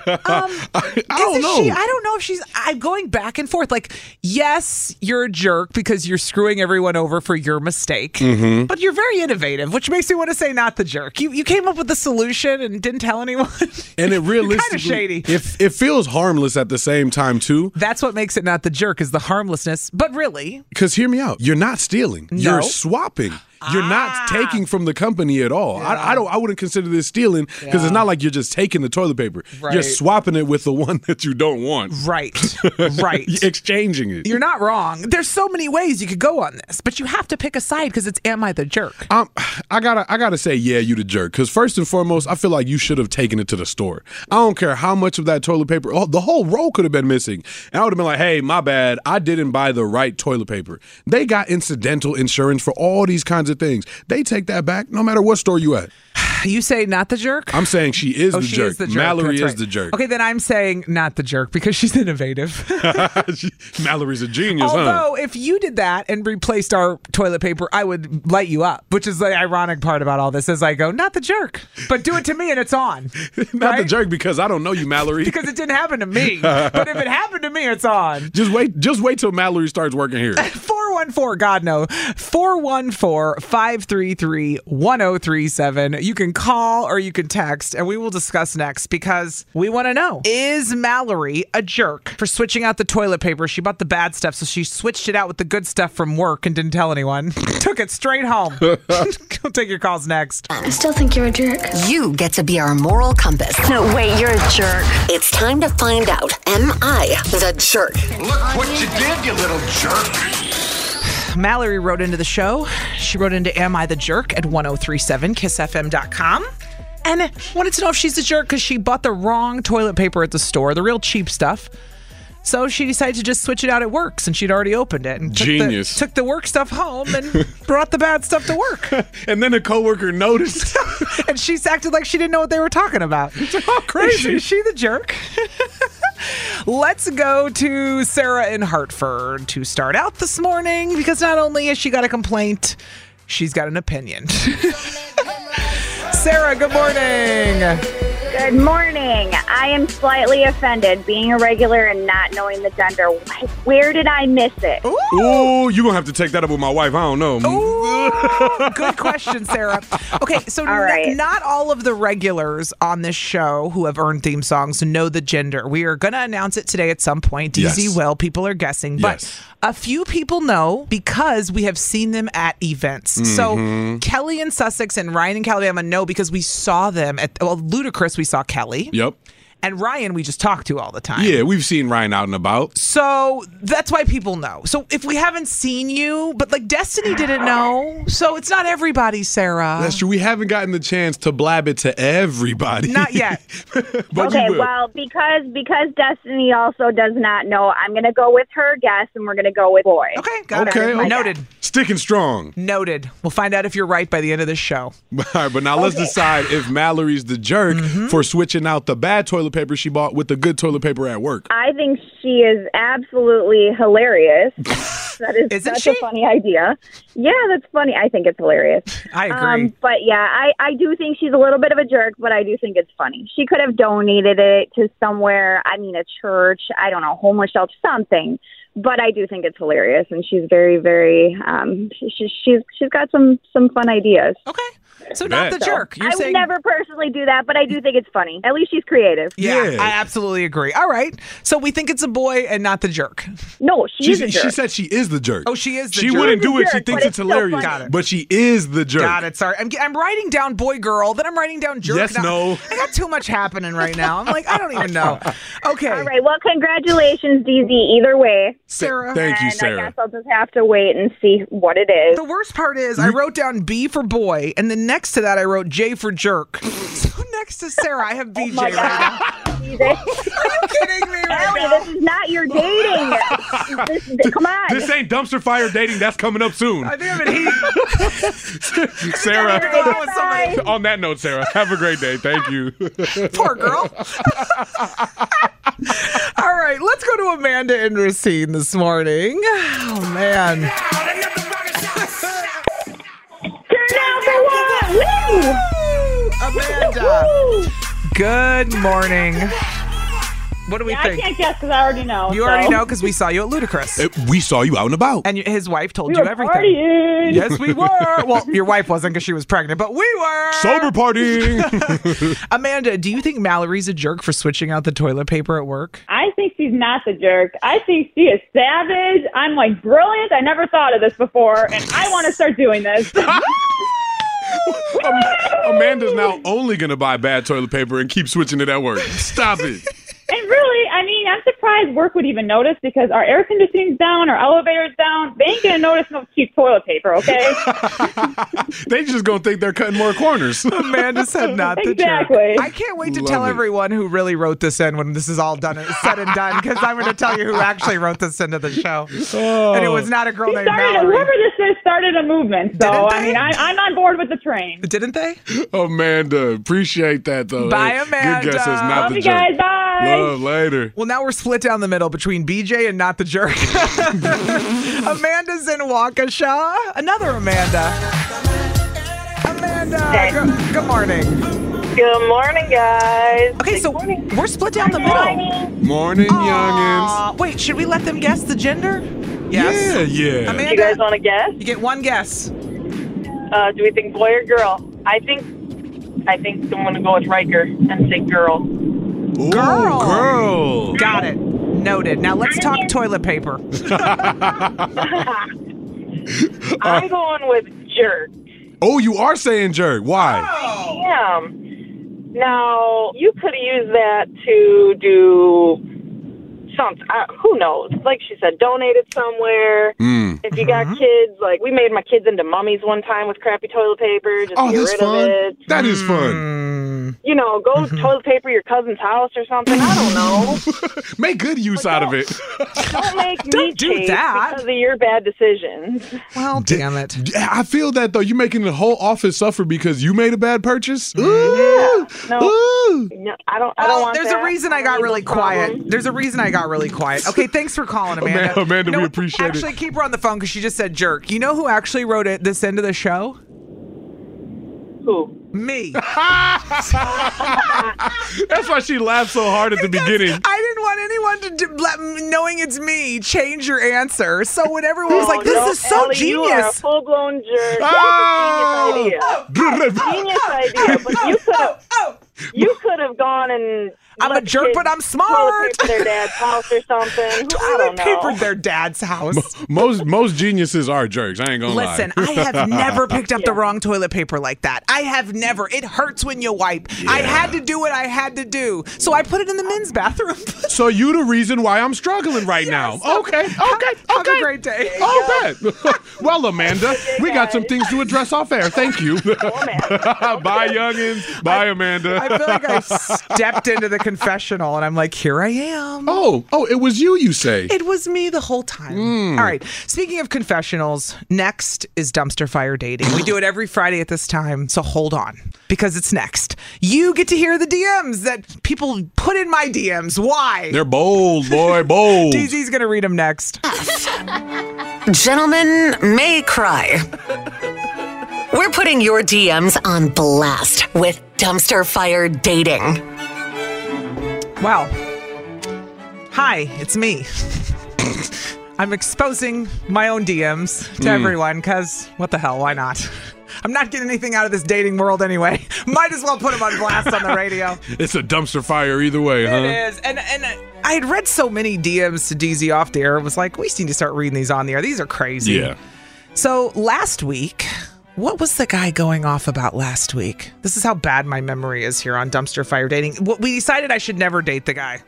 C: I, I don't
B: Isn't
C: know.
B: She, I don't know if she's. I'm going back and forth. Like, yes, you're a jerk because you're screwing everyone over for your mistake,
C: Mm-hmm.
B: but you're very innovative, which makes me want to say not the jerk. You you came up with a solution and didn't tell anyone.
C: and it realistically,
B: shady.
C: It, it feels harmless at the same time too.
B: That's what makes it not the jerk is the harmlessness. But really,
C: Because hear me out, you're not stealing.
B: No. Ah.
C: You're swapping. You're not taking from the company at all. I, I don't. I wouldn't consider this stealing because it's not like you're just taking the toilet paper. You're
B: Right.
C: swapping it with the one that you don't want.
B: right, right.
C: You're exchanging it.
B: You're not wrong. There's so many ways you could go on this, but you have to pick a side because it's am I the jerk?
C: Um, I gotta, I gotta say, yeah, you the jerk. Because first and foremost, I feel like you should have taken it to the store. I don't care how much of that toilet paper, oh, the whole roll could have been missing, and I would have been like, hey, my bad, I didn't buy the right toilet paper. They got incidental insurance for all these kinds of things. They take that back, no matter what store you at.
B: You say not the jerk.
C: I'm saying she is,
B: oh,
C: the,
B: she
C: jerk.
B: is the jerk.
C: Mallory
B: That's
C: is
B: right.
C: the jerk.
B: Okay, then I'm saying not the jerk because she's innovative.
C: She- Mallory's a genius, huh?
B: Although, if you did that and replaced our toilet paper, I would light you up, which is the ironic part about all this. Is I go, not the jerk, but do it to me and it's on.
C: Not the
B: right?
C: jerk because I don't know you, Mallory.
B: Because it didn't happen to me. but if it happened to me, it's on.
C: just wait, just wait till Mallory starts working here.
B: 414, God no. 414 533 1037. You can call or you can text, and we will discuss next because we want to know Is Mallory a jerk for switching out the toilet paper? She bought the bad stuff, so she switched it out with the good stuff from work and didn't tell anyone. Took it straight home. Go take your calls next.
H: I still think you're a jerk.
A: You get to be our moral compass.
H: No, wait, you're a jerk.
A: It's time to find out Am I the jerk?
G: Look what you did, you little jerk.
B: Mallory wrote into the show. She wrote into Am I the Jerk at 1037kissfm.com and wanted to know if she's the jerk because she bought the wrong toilet paper at the store, the real cheap stuff. So she decided to just switch it out at work since she'd already opened it and took the-
C: Genius.
B: took the work stuff home and brought the bad stuff to work.
C: and then a coworker noticed.
B: and she's acted like she didn't know what they were talking about.
C: How crazy.
B: Is she the jerk? Let's go to Sarah in Hartford to start out this morning because not only has she got a complaint, she's got an opinion. Sarah, good morning.
J: Good morning. I am slightly offended being irregular and not knowing the gender. Wh- Where did I miss it?
C: Ooh, you gonna have to take that up with my wife. I don't know.
B: Ooh, good question, Sarah. Okay, so
J: All
B: n-
J: right.
B: not all of the regulars on this show who have earned theme songs know the gender. We are going to announce it today at some point.
C: Yes.
B: DZ will. People are guessing, but
C: Yes.
B: a few people know because we have seen them at events.
C: Mm-hmm.
B: So Kelly in Sussex and Ryan in Alabama know because we saw them at well, Ludacris. We saw Kelly
C: Yep.
B: and Ryan. We just talk to all the time.
C: Yeah, we've seen Ryan out and about.
B: So that's why people know. So if we haven't seen you, but like Destiny didn't know, so it's not everybody, Sarah.
C: That's true. We haven't gotten the chance to blab it to everybody.
B: Not yet.
C: but
J: okay,
C: we will.
J: well, because because Destiny also does not know, I'm going to go with her guess and we're going to go with boy.
B: Okay, got
C: Okay,
B: it.
C: okay.
B: Noted.
C: Sticking strong.
B: Noted. We'll find out if you're right by the end of this show.
C: All right, but now let's decide if
B: Mm-hmm.
C: Mallory's the jerk for switching out the bad toilet paper she bought with the good toilet paper at work.
J: I think she is absolutely hilarious. That is
B: Isn't
J: such
B: she?
J: a funny idea. Yeah, that's funny. I think it's hilarious.
B: I agree.
J: Um, but yeah, I, I do think she's a little bit of a jerk, but I do think it's funny. She could have donated it to somewhere, I mean, a church, I don't know, homeless shelter, something. But I do think it's hilarious, and she's very, very. Um, she, she, she's she's got some some fun ideas. Okay,
B: So not the jerk. You're
J: I
B: saying-
J: would never personally do that, but I do think it's funny. At least she's creative.
B: Yeah, I absolutely agree. All right. So we think it's a boy and not the jerk.
J: No, she
C: She, she said she is the jerk.
B: Oh, she is the
C: she
B: jerk.
C: wouldn't
B: She's
C: do
B: the
C: it. She
B: jerk,
C: thinks
B: but
C: it's
B: it's so
C: hilarious.
B: funny. Got it.
C: But she is the jerk.
B: Got it. Sorry. I'm, ge- I'm writing down boy girl, then I'm writing down jerk.
C: Yes,
B: Now-
C: no.
B: I got too much happening right now. I'm like, I don't even know. Okay.
J: All right. Well, congratulations, DZ. Either way,
B: Sarah.
C: Thank
J: And
C: you,
J: I
C: Sarah.
J: guess I'll just have to wait and see what it is.
B: The worst part is I wrote down B for boy, and then next to that I wrote J for jerk. So next to Sarah, I have BJ right now.
J: Are you
B: kidding me?
J: Ellie, this is not your dating. This- th- come on.
C: This ain't dumpster fire dating. That's coming up soon.
B: I think I'm in heat.
C: Sarah.
B: go with somebody.
C: On that note, Sarah, have a great day. Thank you.
B: Poor girl. All right, let's go to Amanda in Racine this morning. Oh man. Amanda. Good morning. What do we
I: I
B: think?
I: can't guess because I already know.
B: You
I: so.
B: already know because we saw you at Ludacris.
C: Eh, we saw you out and about.
B: And y- his wife told
I: We
B: you
I: were
B: everything.
I: partying.
B: Yes, we were. Well, your wife wasn't because she was pregnant, but we were.
C: Sober partying.
B: Amanda, do you think Mallory's a jerk for switching out the toilet paper at work?
I: I think she's not the jerk. I think she is savage. I'm like brilliant. I never thought of this before, and I want to start doing this.
C: Amanda's now only going to buy bad toilet paper and keep switching it at work. Stop it.
I: And really, I mean, I'm surprised work would even notice because our air conditioning's down, our elevator's down. They ain't gonna notice no cheap toilet paper, okay?
C: They just going to think they're cutting more corners.
B: Amanda said not the
I: Exactly.
B: jerk. I can't wait to
C: Love
B: tell
C: it.
B: everyone who really wrote this in when this is all done and said and done because I'm going to tell you who actually wrote this into the show.
C: Oh.
B: And it was not a girl
I: She
B: named
I: started
B: Mallory.
I: whoever this is started a movement. So
B: Didn't
I: I
B: they?
I: mean, I, I'm on board with the train.
B: Didn't they?
C: Amanda, appreciate that, though.
B: Bye,
C: Oh, Hey,
B: Amanda.
C: Good guess is not
I: Love
C: the
I: you
C: jerk.
I: guys. Bye.
C: Love, later.
B: Well, now we're split down the middle between BJ and not the jerk. Amanda's in Waukesha. Another Amanda. Amanda, uh, good, good morning.
K: Good morning, guys.
B: Okay, so we're split down the middle.
C: Morning, youngins.
B: Aw, wait, should we let them guess the gender?
C: Yeah,
B: Yes.
C: yeah.
B: Amanda,
K: You guys want to guess?
B: you get one guess.
K: Uh, do we think boy or girl? I think I think I'm going to go with Riker and say girl.
C: Ooh,
B: Girl.
C: girl.
B: Got it. Noted. Now let's talk toilet paper.
K: I'm going with jerk.
C: Oh, you are saying jerk. Why?
K: Damn. Now you could use that to do something. Uh, who knows? Like she said, donate it somewhere.
C: Mm.
K: If you got kids, like we made my kids into mummies one time with crappy toilet paper. Just
C: Oh,
K: get
C: that's
K: rid
C: fun. Mm-hmm.
K: of it.
C: That is fun.
B: Mm.
K: You know, go toilet paper your cousin's house or something. I don't know.
C: Make good use out of it.
K: Don't make me
B: Don't do
K: chase
B: that.
K: because of your bad decisions.
B: Well, Oh, damn it.
C: I feel that though. You're making the whole office suffer because you made a bad purchase. Ooh,
K: No.
C: ooh.
K: No, I don't. I don't
B: Well,
K: want.
B: Oh, there's
K: that.
B: a reason I
K: don't
B: got
K: need
B: really
K: those problems.
B: quiet. There's a reason I got really quiet. Okay, thanks for calling, Amanda.
C: Amanda- Amanda,
B: You know
C: we
B: what?
C: appreciate it.
B: Actually, keep her on the phone because she just said jerk. You know who actually wrote it this end of the show?
K: Who?
B: Me.
C: That's why she laughed so hard at the beginning.
B: I didn't want anyone to do, let knowing it's me change your answer. So when everyone was like,
K: Oh,
B: "This
K: no,
B: is so
K: Ellie, You are a
B: genius,"
K: full blown jerk.
C: Oh!
K: That's a genius idea. Genius
B: Oh,
K: idea, but you could have you could have gone and.
B: I'm a
K: let the
B: jerk,
K: kids
B: but I'm smart.
K: toilet paper their dad's house or something. Who- I
B: toilet
K: don't know.
B: papered their dad's house.
C: most most geniuses are jerks. I ain't gonna
B: Listen,
C: lie.
B: I have never picked up the wrong toilet paper like that. I have never. It hurts when you wipe. I had to do what I had to do. So I put it in the men's bathroom.
C: so you the reason why I'm struggling right now. Okay, okay, Oh,
B: Have
C: okay.
B: a great day.
C: All right. well, Amanda, we got some things to address off air. Thank you. Bye, youngins. Bye, Amanda.
B: I feel like I stepped into the confessional, and I'm like, here I am.
C: Oh, oh, it was you, you say. Hmm.
B: It was me the whole time. All right. Speaking of confessionals, next is dumpster fire dating. We do it every Friday at this time, so hold on because it's next. You get to hear the DMs that people put in my DMs. Why?
C: They're bold, boy, bold.
B: DZ's going to read them next.
A: Gentlemen may cry. We're putting your DMs on blast with dumpster fire dating.
B: Wow. Hi, it's me. I'm exposing my own DMs to
L: Mm.
B: everyone because what the hell? Why not? I'm not getting anything out of this dating world anyway. Might as well put them on blast on the radio.
C: It's a dumpster fire either way, huh?
B: It is. And and I had read so many DMs to DZ off the air. It was like, we need to start reading these on the air. These are crazy.
C: Yeah.
B: So last week, what was the guy going off about last week? This is how bad my memory is here on dumpster fire dating. What we decided I should never date the guy.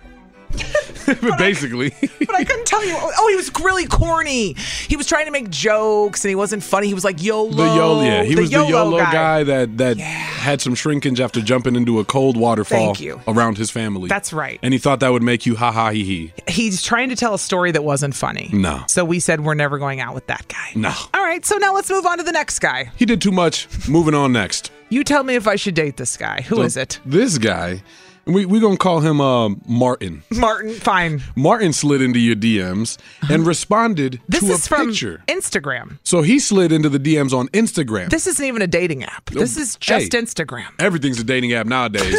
C: Basically.
B: But I couldn't tell you. Oh, he was really corny. He was trying to make jokes and he wasn't funny. He was like YOLO.
C: The YOLO, yeah. He was the YOLO guy, that that had some shrinkage after jumping into a cold waterfall
B: Thank you.
C: around his family.
B: That's right.
C: And he thought that would make you ha ha hee hee.
B: He's trying to tell a story that wasn't funny.
C: No.
B: So we said we're never going out with that guy.
C: No.
B: All right, so now let's move on to the next guy.
C: He did too much. Moving on next.
B: You tell me if I should date this guy. Who
C: Who
B: is
C: is
B: it?
C: This guy. We we gonna call him uh, Martin.
B: Martin, fine.
C: Martin slid into your DMs and responded to a picture.
B: Instagram.
C: so he slid into the DMs on Instagram.
B: This isn't even a dating app. This is just
C: Hey.
B: Instagram.
C: Everything's a dating app nowadays.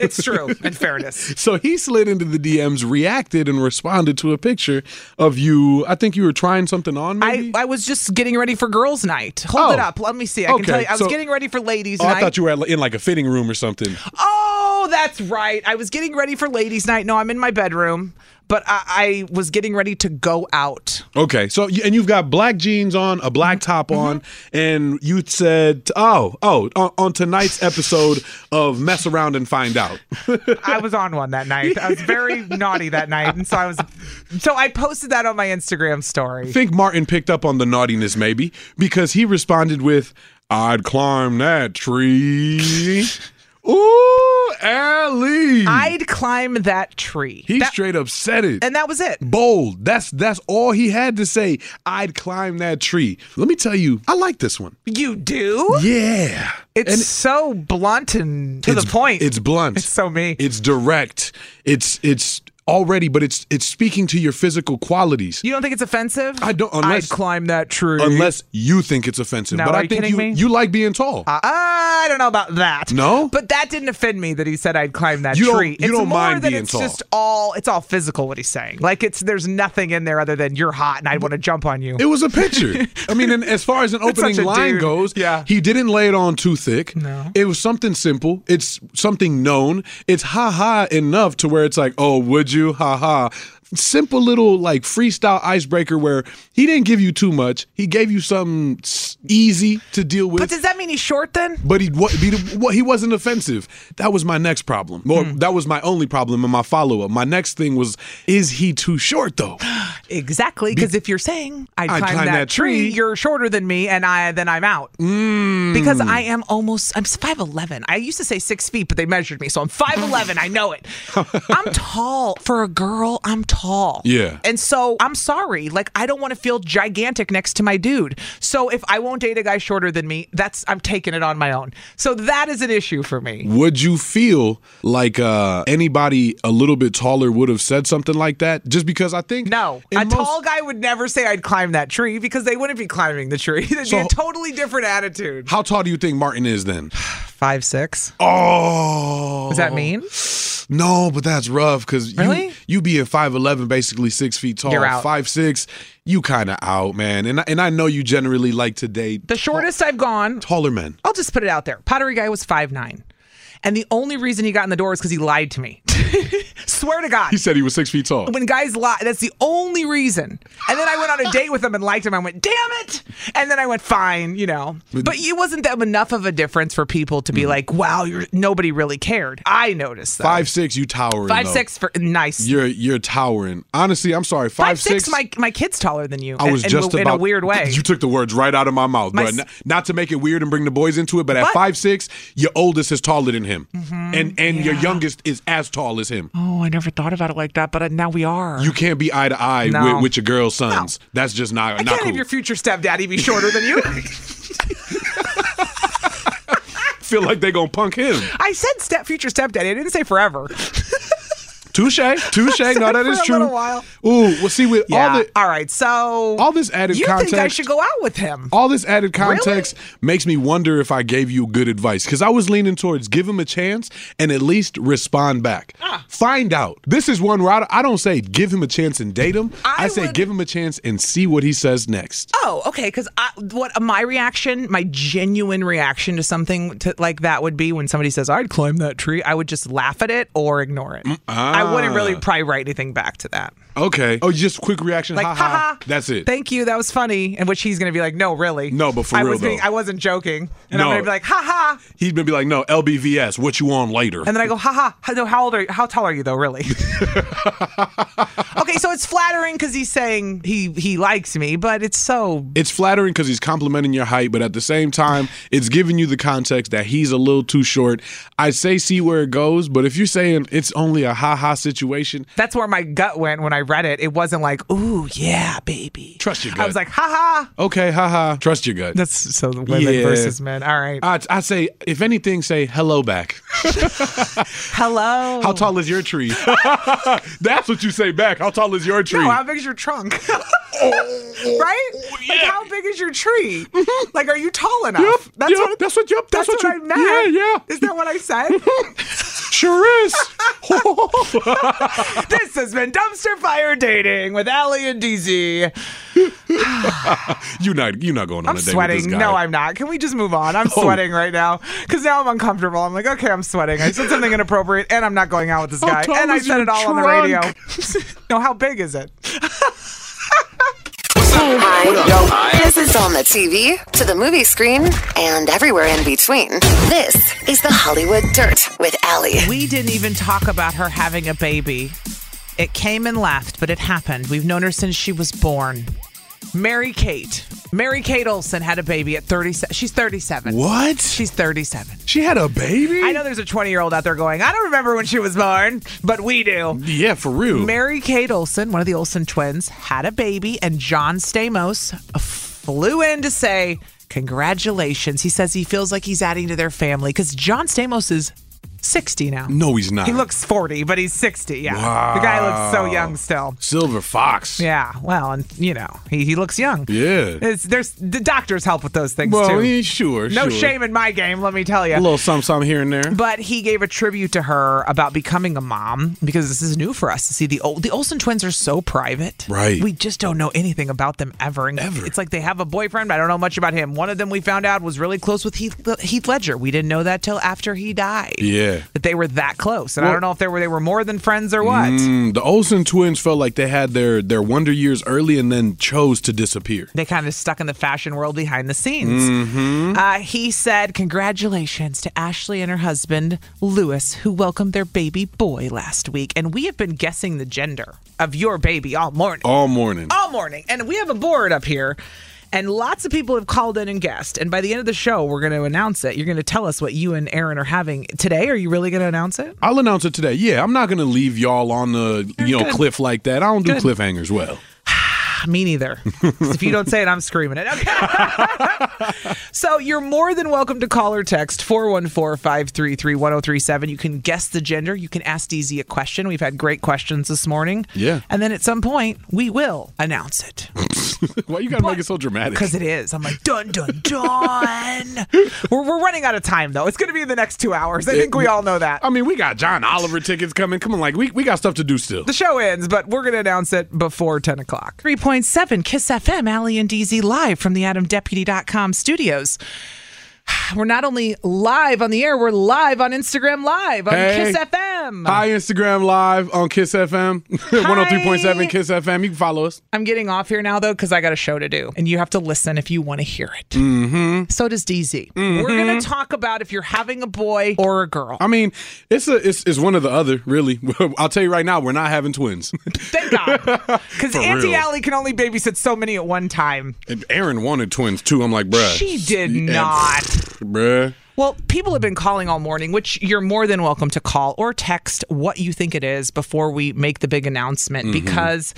B: It's true, in fairness.
C: So he slid into the DMs, reacted, and responded to a picture of you. I think you were trying something on. Maybe?
B: I, I was just getting ready for girls' night. Hold
C: Oh.
B: it up. Let me see. I can
C: Okay,
B: tell you. I was
C: so-
B: getting ready for ladies'
C: Oh,
B: night.
C: I thought you were at- in like a fitting room or something.
B: Oh, that's right. I was getting ready for ladies' night. No, I'm in my bedroom, but I, I was getting ready to go out.
C: Okay, so you- and you've got black jeans on, a black top on, and you said, "Oh, oh, on, on tonight's episode of Mess Around and Find Out."
B: I was on one that night. I was very naughty that night, and so I was. So I posted that on my Instagram story.
C: think Martin picked up on the naughtiness, maybe, because he responded with, "I'd climb that tree." Ooh, Allie!
B: I'd climb that tree.
C: He straight up said it,
B: and that was it.
C: Bold. That's that's all he had to say. I'd climb that tree. Let me tell you, I like this one.
B: You do?
C: Yeah.
B: It's so blunt and to the point.
C: It's blunt. It's
B: so me.
C: It's direct. It's it's already, but it's it's speaking to your physical qualities.
B: You don't think it's offensive?
C: I don't. Unless
B: I'd climb that tree.
C: Unless you think it's offensive,
B: No,
C: but
B: are
C: I
B: you
C: think
B: kidding
C: you
B: me?
C: you like being tall.
B: Uh, I don't know about that.
C: No?
B: but that didn't offend me that he said I'd climb that
C: You don't-
B: tree.
C: you
B: it's
C: don't
B: more
C: mind
B: that
C: being
B: it's
C: tall.
B: just all it's all physical what he's saying. Like it's there's nothing in there other than you're hot and I want to jump on you.
C: It was a picture. I mean, and as far as an
B: That's
C: opening
B: such a
C: line
B: dude.
C: goes,
B: Yeah.
C: he didn't lay it on too thick. No. It was something simple. It's something known. It's ha ha enough to where it's like, oh, would you? Ha ha. Simple little like freestyle icebreaker where he didn't give you too much. He gave you something s- easy to deal with.
B: But does that mean he's short then?
C: But he what, be, what he wasn't offensive. That was my next problem. Or
B: Hmm.
C: that was my only problem in my follow up. My next thing was, is he too short though?
B: Exactly, because if you're saying I'd,
C: I'd
B: climb,
C: climb
B: that,
C: that
B: tree,
C: tree. Mm.
B: you're shorter than me, and I then I'm out because I am almost I'm five eleven. I used to say six feet, but they measured me, so I'm five eleven. I know it. I'm tall for a girl. I'm tall.
C: Yeah.
B: and so I'm sorry. Like I don't want to feel gigantic next to my dude. So if I won't date a guy shorter than me, that's I'm taking it on my own. So that is an issue for me.
C: Would you feel like uh, anybody a little bit taller would have said something like that? Just because I think no,
B: a tall guy would never say I'd climb that tree because they wouldn't be climbing the tree. That'd be
C: So-
B: a totally different attitude.
C: How tall do you think Martin is then?
B: Five six.
C: Oh,
B: Does that mean?
C: no? But that's rough because
B: Really?
C: you you being five eleven, basically six feet tall,
B: You're out.
C: five six, you kind of out, man. And I, and I know you generally like to date
B: The shortest I've gone,
C: taller men.
B: I'll just put it out there. Pottery guy was five nine, And the only reason he got in the door is because he lied to me. swear to God.
C: He said he was six feet tall.
B: When guys lie, that's the only reason. And then I went on a date with him and liked him. I went, damn it. And then I went, fine, you know. But it wasn't that enough of a difference for people to be like, wow, you're, nobody really cared. I noticed that.
C: Mm-hmm. Five six, you towering.
B: Five
C: though.
B: six for nice.
C: You're you're towering. Honestly, I'm sorry. Five,
B: Five six, my my kid's taller than you.
C: I was
B: in,
C: just
B: in,
C: about
B: a weird way.
C: You took the words right out of my mouth,
B: My
C: bro.
B: s-
C: Not, not to make it weird and bring the boys into it, but at
B: What?
C: five six, your oldest is taller than him,
B: Mhm,
C: and and your
B: yeah.
C: youngest is as tall as him.
B: Oh, I never thought about it like that, but uh, now we are.
C: You can't be eye to eye
B: No.
C: with, with your girl's sons. That's just not not
B: Can't
C: cool.
B: have your future stepdaddy be shorter than you.
C: Feel like they gonna punk him.
B: I said step future stepdaddy. I didn't say forever.
C: Touche, touche. No, that is
B: For a
C: true.
B: little while.
C: Ooh, well, see with
B: Yeah.
C: all the
B: all right, so
C: all this added
B: you
C: context.
B: think I should go out with him?
C: All this added context makes me wonder if I gave you good advice because I was leaning towards give him a chance and at least respond back.
B: Ah.
C: Find out. This is one where I, I don't say give him a chance and date him. I, say give him a chance and see what he says next.
B: Oh, okay. Because what my reaction, my genuine reaction to something to, like that would be when somebody says, "I'd climb that tree," I would just laugh at it or ignore it. I wouldn't really
C: Mm, ah.
B: probably write anything back to that.
C: Okay. Oh, just quick reaction.
B: Like,
C: ha ha.
B: haha.
C: That's it.
B: Thank you. That was funny. And which he's going to be like, "No, really."
C: No, but for
B: I
C: real,
B: was being-
C: though.
B: I wasn't joking. And
C: No.
B: I'm going to be like, "Ha ha."
C: He'd been be like, no, LBVS, what you on later?
B: And then I go, haha, how, no, how old are you? How tall are you though, really? okay, so it's flattering because he's saying he he likes me, but it's so
C: It's flattering because he's complimenting your height, but at the same time, it's giving you the context that he's a little too short. I say see where it goes, but if you're saying it's only a ha ha situation,
B: that's where my gut went when I read it. It wasn't like, ooh, yeah, baby.
C: Trust your gut.
B: I was like, haha.
C: okay, haha, trust your gut.
B: That's so women versus men. All right.
C: I, I say, if anything, say hello back.
B: Hello.
C: How tall is your tree? That's what you say back. How tall is your tree? Oh,
B: No, how big is your trunk? right? Like, how big is your tree? like, are you tall enough?
C: Yep,
B: that's,
C: yep,
B: what,
C: Mm-hmm. that's what. Yep,
B: that's, what, I meant.
C: Yeah,
B: Is that what I said?
C: sure is.
B: this has been Dumpster Fire Dating with Allie and DZ.
C: you're not. You're not going on
B: I'm
C: a date with this
B: sweating.
C: guy.
B: No, I'm not. Can we just move on? I'm
C: Oh.
B: sweating right now because now I'm uncomfortable. I'm like, okay, I'm sweating. I said something inappropriate, and I'm not going out with this
C: How
B: guy.
C: tall
B: And I
C: is
B: said
C: your
B: it all on the
C: trunk?
B: radio. no, how big is it?
A: Hi. This is on the TV, to the movie screen, and everywhere in between. This is the Hollywood Dirt with Allie.
B: We didn't even talk about her having a baby. It came and left, but it happened. We've known her since she was born. Mary Kate. Mary Kate Olsen had a baby at 37. She's 37.
C: What?
B: She's 37.
C: She had a baby.
B: I know there's a 20 year old out there going, I don't remember when she was born, but we do.
C: Yeah, for real.
B: Mary Kate Olsen, one of the Olsen twins, had a baby, and John Stamos flew in to say, Congratulations. He says he feels like he's adding to their family because John Stamos is 60 now.
C: no, he's not.
B: He looks 40, but he's 60. Yeah.
C: Wow.
B: The guy looks so young still.
C: Silver Fox.
B: Yeah. Well, and you know, he, he looks young.
C: Yeah.
B: It's, there's the doctors help with those things
C: Well,
B: too.
C: yeah, sure,
B: No
C: sure.
B: shame in my game, let me tell you.
C: A little something, something here and there.
B: But he gave a tribute to her about becoming a mom because this is new for us to see the old. The Olsen twins are so private,
C: Right.
B: We just don't know anything about them ever. And ever. It's like they have a boyfriend. But I don't know much about him. One of them we found out was really close with Heath, Heath Ledger. We didn't know that till after he died.
C: Yeah.
B: That they were that close, and I
C: Well-
B: don't know if they were they were more than friends or what.
C: Mm, the Olsen twins felt like they had their their wonder years early and then chose to disappear.
B: They kind of stuck in the fashion world behind the scenes.
C: hmm
B: Uh, he said, Congratulations to Ashley and her husband, Lewis, who welcomed their baby boy last week. And we have been guessing the gender of your baby all morning.
C: All morning.
B: All morning. And we have a board up here. And lots of people have called in and guessed. And by the end of the show, we're going to announce it. You're going to tell us what you and Aaron are having today. Are you really going to announce it?
C: I'll announce it today. Yeah, I'm not gonna leave y'all on the you know
B: Good.
C: cliff like that. I don't do
B: Good.
C: cliffhangers well.
B: Ah, Me neither. 'Cause if you don't say it, I'm screaming it. Okay. so you're more than welcome to call or text 414 533 1037. You can guess the gender. You can ask DZ a question. We've had great questions this morning.
C: Yeah.
B: And then at some point, we will announce it
C: Why you gotta make it so dramatic?
B: because it is. I'm like, dun, dun, dun. we're, we're running out of time, though. It's going to be in the next two hours. I think we all know that.
C: I mean, we got John Oliver tickets coming. Come on, like we, we got stuff to do still.
B: The show ends, but we're going to announce it before 10 o'clock. 3.7 Kiss FM, Allie and DZ live from the AdamDeputy.com studios. We're not only live on the air, we're live on Instagram Live on
C: Hey.
B: Kiss FM. FM.
C: Hi, Instagram Live on Kiss FM, 103.7 Kiss FM. You can follow us.
B: I'm getting off here now though because I got a show to do, and you have to listen if you want to hear it.
C: Mm-hmm.
B: So does DZ. We're gonna talk about if you're having a boy or a girl.
C: I mean, it's a it's, it's one or the other, really. I'll tell you right now, we're not having twins.
B: Because
C: For
B: Auntie
C: real.
B: Allie can only babysit so many at one time.
C: And Aaron wanted twins too. I'm like, bruh.
B: She did
C: Yeah,
B: not.
C: bruh.
B: Well, people have been calling all morning, which you're more than welcome to call or text what you think it is before we make the big announcement
C: Mhm.
B: because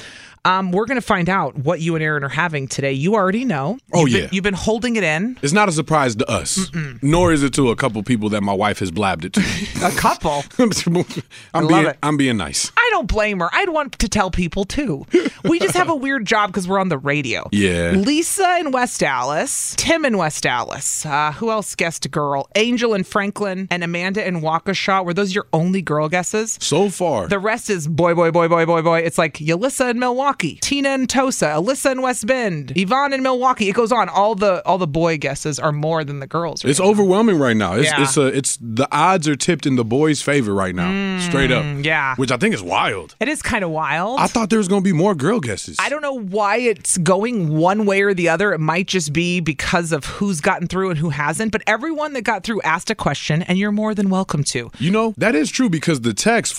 B: um, we're going to find out what you and Aaron are having today. You already know.
C: Oh,
B: You've been-
C: yeah.
B: you've been holding it in.
C: It's not a surprise to us, nor is it to a couple people that my wife has blabbed it to.
B: a couple.
C: I'm
B: love
C: being
B: it.
C: I'm being nice.
B: I don't blame her. I'd want to tell people too. We just have a weird job because we're on the radio.
C: Yeah.
B: Lisa in West Dallas, Tim in West Dallas. Uh, who else guessed a girl? Angel in Franklin and Amanda in Waukesha. Were those your only girl guesses?
C: So far.
B: The rest is boy, boy, boy, boy, boy, boy. It's like Yulissa in Milwaukee, Tina in Tosa, Alyssa in West Bend, Yvonne in Milwaukee. It goes on. All the all the boy guesses are more than the girls.
C: It's overwhelming right now. It's
B: Yeah.
C: it's a, it's the odds are tipped in the boys' favor right now, straight up.
B: Mm, yeah.
C: which I think is wild.
B: It is kind of wild.
C: I thought there was gonna be more girl guesses.
B: I don't know why it's going one way or the other. It might just be because of who's gotten through and who hasn't. But everyone that got through asked a question, and you're more than welcome to.
C: You know, that is true because the text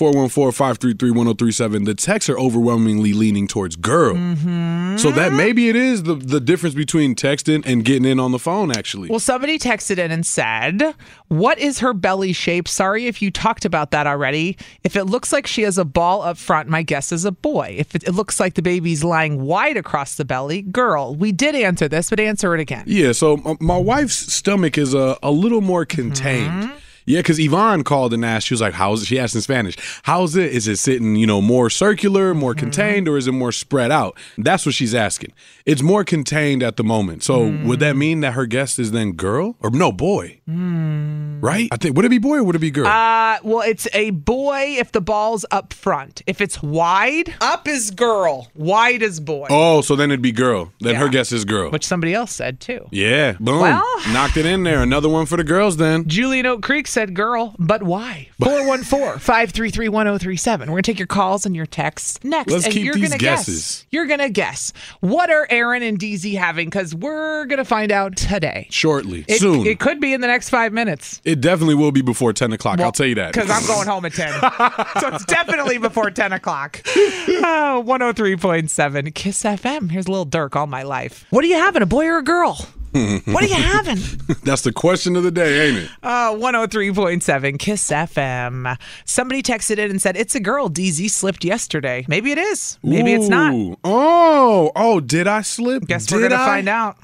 C: 414-533-1037, the texts are overwhelmingly leaning towards girl.
B: Mm-hmm.
C: So that maybe it is the, the difference between texting and getting in on the phone actually.
B: Well, somebody texted in and said, What is her belly shape? Sorry if you talked about that already. If it looks like she has a ball up front, my guess is a boy. If it, it looks like the baby's lying wide across the belly, girl. We did answer this, but answer it again.
C: Yeah, so m- my wife's stomach is a, a little more contained.
B: Mm-hmm.
C: Yeah, because Yvonne called and asked, she was like, how's it? She asked in Spanish, how's it? Is it sitting, you know, more circular,
B: Mm-hmm.
C: more contained, or is it more spread out? That's what she's asking. It's more contained at the moment. So
B: Mm.
C: would that mean that her guest is then girl? Or no, boy,
B: Mm.
C: right? I think, would it be boy or would it be girl?
B: Uh, well, it's a boy if the ball's up front. If it's wide, up is girl, wide is boy.
C: oh, so then it'd be girl. Then her guest is girl.
B: Which somebody else said too.
C: Yeah, boom. Knocked it in there. Another one for the girls then.
B: Julian Oak Creek said girl, but why? 414 533 1037. We're going to take your calls and your texts next.
C: Let's
B: and
C: keep
B: you're
C: these
B: gonna
C: guesses.
B: Guess. You're going to guess. What are Aaron and DZ having? Because we're going to find out today.
C: Shortly,
B: It,
C: soon.
B: it could be in the next five minutes
C: It definitely will be before 10 o'clock. I'll tell you that.
B: because I'm going home at 10. so it's definitely before 10 o'clock. Oh, 103.7 Kiss FM. Here's a little Dirk all my life. What are you having, a boy or a girl? What are you having?
C: That's the question of the day, ain't it?
B: Uh, 103.7 Kiss FM. Somebody texted in and said, It's a girl. DZ slipped yesterday. Maybe it is. Maybe it's not.
C: Ooh. Oh, oh, did I slip?
B: Guess we're
C: Did
B: going to
C: I?
B: find out.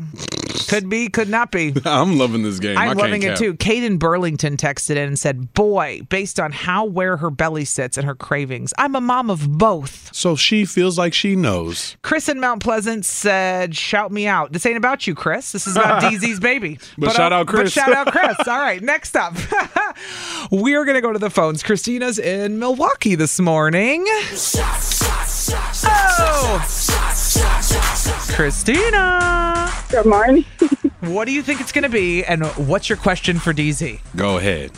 B: Could be, could not be.
C: I'm loving this game. I
B: I'm
C: can't
B: loving it
C: cap.
B: too. Caden Burlington texted in and said, Boy, based on how where her belly sits and her cravings, I'm a mom of both.
C: So she feels like she knows.
B: Chris in Mount Pleasant said, Shout me out. This ain't about you, Chris. This is about DZ's baby.
C: But shout out Chris.
B: But shout out Chris. All right, next up. We're going to go to the phones. Christina's in Milwaukee this morning. Christina.
M: Good morning.
B: what do you think it's going to be, and what's your question for DZ?
C: Go ahead.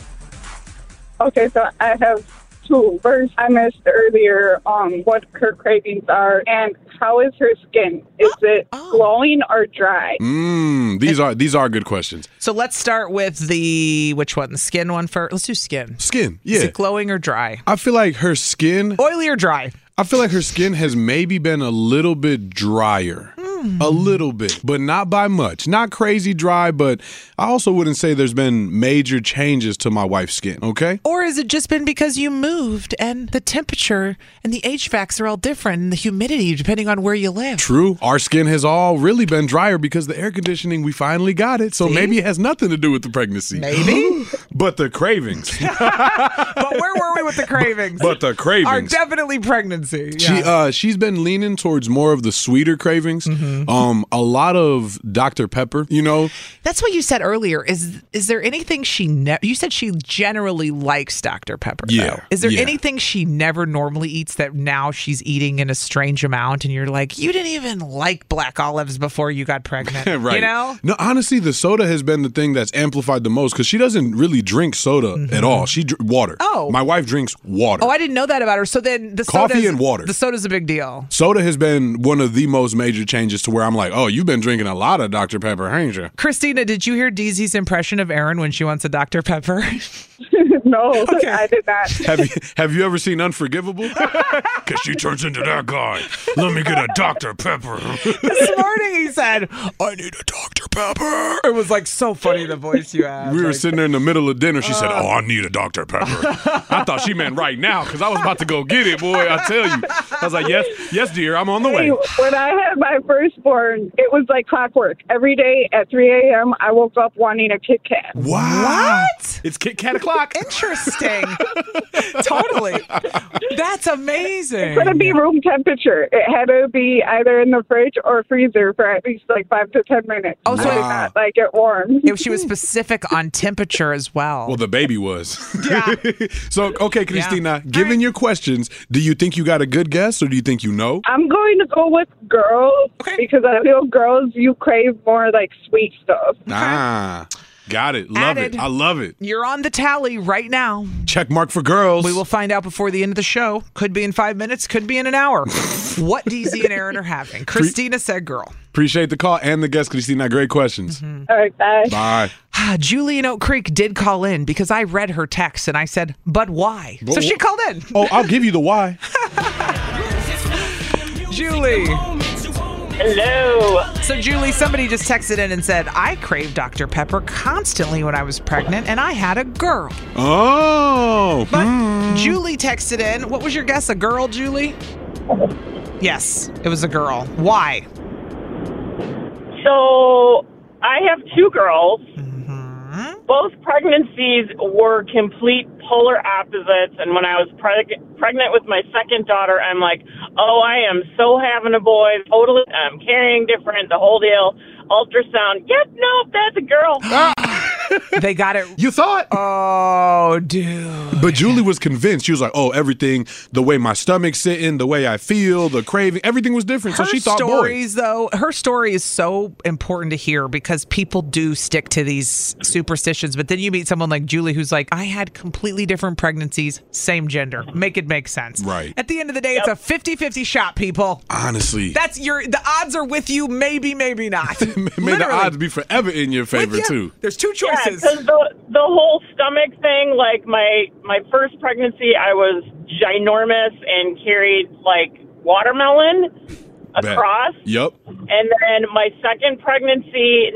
M: Okay, so I have two. First, I missed earlier um, what her cravings are and how is her skin? Is it
B: Oh.
M: glowing or dry?
C: Mm, these are these are good questions.
B: So let's start with the which one? The skin one first. Let's do skin.
C: Skin.
B: Is
C: yeah.
B: it glowing or dry?
C: I feel like her skin
B: oily or dry.
C: I feel like her skin has maybe been a little bit drier.
B: Hmm.
C: A little bit, but not by much. Not crazy dry, but I also wouldn't say there's been major changes to my wife's skin, okay?
B: Or has it just been because you moved and the temperature and the HVACs are all different and the humidity depending on where you live?
C: True. Our skin has all really been drier because the air conditioning, we finally got it. So maybe it has nothing to do with the pregnancy. Maybe. but the cravings.
B: but where were we with the cravings?
C: But the
B: Are
C: cravings.
B: definitely pregnancy.
C: She uh she's been leaning towards more of the sweeter cravings.
B: Mm-hmm.
C: Um, a lot of Dr. Pepper, you know,
B: That's what you said earlier. Is is there anything she never? You said she generally likes Dr Pepper. though.
C: Yeah,
B: Is there
C: yeah.
B: anything she never normally eats that now she's eating in a strange amount, and you're like, you didn't even like black olives before you got pregnant,
C: right.
B: You know?
C: No, honestly, the soda has been the thing that's amplified the most because she doesn't really drink soda at all. She dr- water.
B: Mm-hmm. Oh.
C: my wife drinks water.
B: Oh, I didn't know that about her. So then the
C: Coffee
B: soda's-
C: and water.
B: The soda's a big deal.
C: soda has been one of the most major changes to where I'm like, oh, you've been drinking a lot of Dr Pepper, haven't you?
B: Christina, did you hear Deezy's impression of Erin when she wants a Dr Pepper?
M: no,
B: Oh,
M: I did not.
C: Have you have you ever seen Unforgivable? Because she turns into that guy. Let me get a Dr Pepper.
B: this morning he said, "I need a Dr Pepper." It was like so funny the voice you had.
C: We were sitting there in the middle of dinner. She said,
B: Uh,
C: "Oh, I need a Dr Pepper." I thought she meant right now because I was about to go get it, boy. I tell you, I was like, "Yes, yes, dear, I'm on the way."
M: When I had my firstborn, it was like clockwork. Every day at 3 a.m., I woke up wanting a Kit Kat.
C: Wow. What? It's Kit Kat o'clock.
B: Interesting. totally. That's amazing.
M: It couldn't be room temperature. It had to be either in the fridge or freezer for at least like five to ten minutes.
B: Oh, so-
M: I did not like it warm.
B: If she was specific on temperature as well.
C: Well, the baby was. Yeah. so, okay, Christina, given your questions, do you think you got a good guess or do you think you know?
M: I'm going to go with girls because I feel girls you crave more like sweet stuff.
C: Ah, got it. Love
B: Added.
C: it. I love it.
B: You're on the tally right now.
C: Check mark for girls.
B: We will find out before the end of the show. Could be in five minutes, could be in an hour. what DZ and Aaron are having. Christina said girl.
C: Appreciate the call and the guest, Christina. Great questions.
B: Mm-hmm.
M: All right, bye.
C: Bye.
B: Ah, Julie in Oak Creek did call in because I read her text and I said, but why? so
C: But
B: she
C: wh-
B: called in.
C: Oh, I'll give you the why.
B: Julie. Hello. So, Julie, somebody just texted in and said, I crave Dr. Pepper constantly when I was pregnant and I had a girl.
C: Oh.
B: But Julie texted in, what was your guess? A girl, Julie? Yes, it was a girl. Why?
K: So I have two girls.
B: Mm-hmm.
K: Both pregnancies were complete polar opposites. And when I was preg- pregnant with my second daughter, I'm like, oh, I am so having a boy. Totally. I'm carrying different, the whole deal. Ultrasound. Yep, nope, that's a girl.
B: they got it.
C: You thought?
B: Oh, dude.
C: But Julie was convinced. She was like, "Oh, everything, the way my stomach's sitting, the way I feel, the craving, everything was different."
B: Her
C: so she thought, "Boy,
B: stories, though, her story is so important to hear because people do stick to these superstitions. But then you meet someone like Julie who's like, I had completely different pregnancies, same gender. Make it make sense.
C: Right.
B: At the end of the day, it's a 50 50 shot, people.
C: honestly,
B: That's your, the odds are with you, maybe, maybe not.
C: may the odds be forever in your favor
B: you.
C: too."
B: There's two choices.
K: Yeah, 'cause the, the whole stomach thing, like my my first pregnancy, I was ginormous and carried like watermelon
C: Bet.
K: across.
C: Yep.
K: And then my second pregnancy,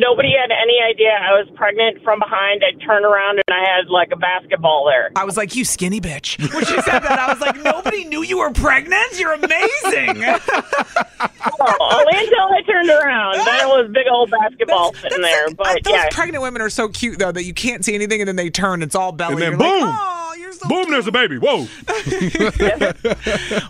K: nobody had any idea I was pregnant from behind. I turned around and I had like a basketball there.
B: I was like, you skinny bitch. When she said that, I was like, nobody knew you were pregnant. You're amazing.
K: Only until I turned around. Then it was big old basketball sitting there. but
B: Those
K: yeah.
B: pregnant women are so cute, though, that you can't see anything and then they turn. It's all belly.
C: And then
B: You're like,
C: boom, boom, there's a baby. Whoa.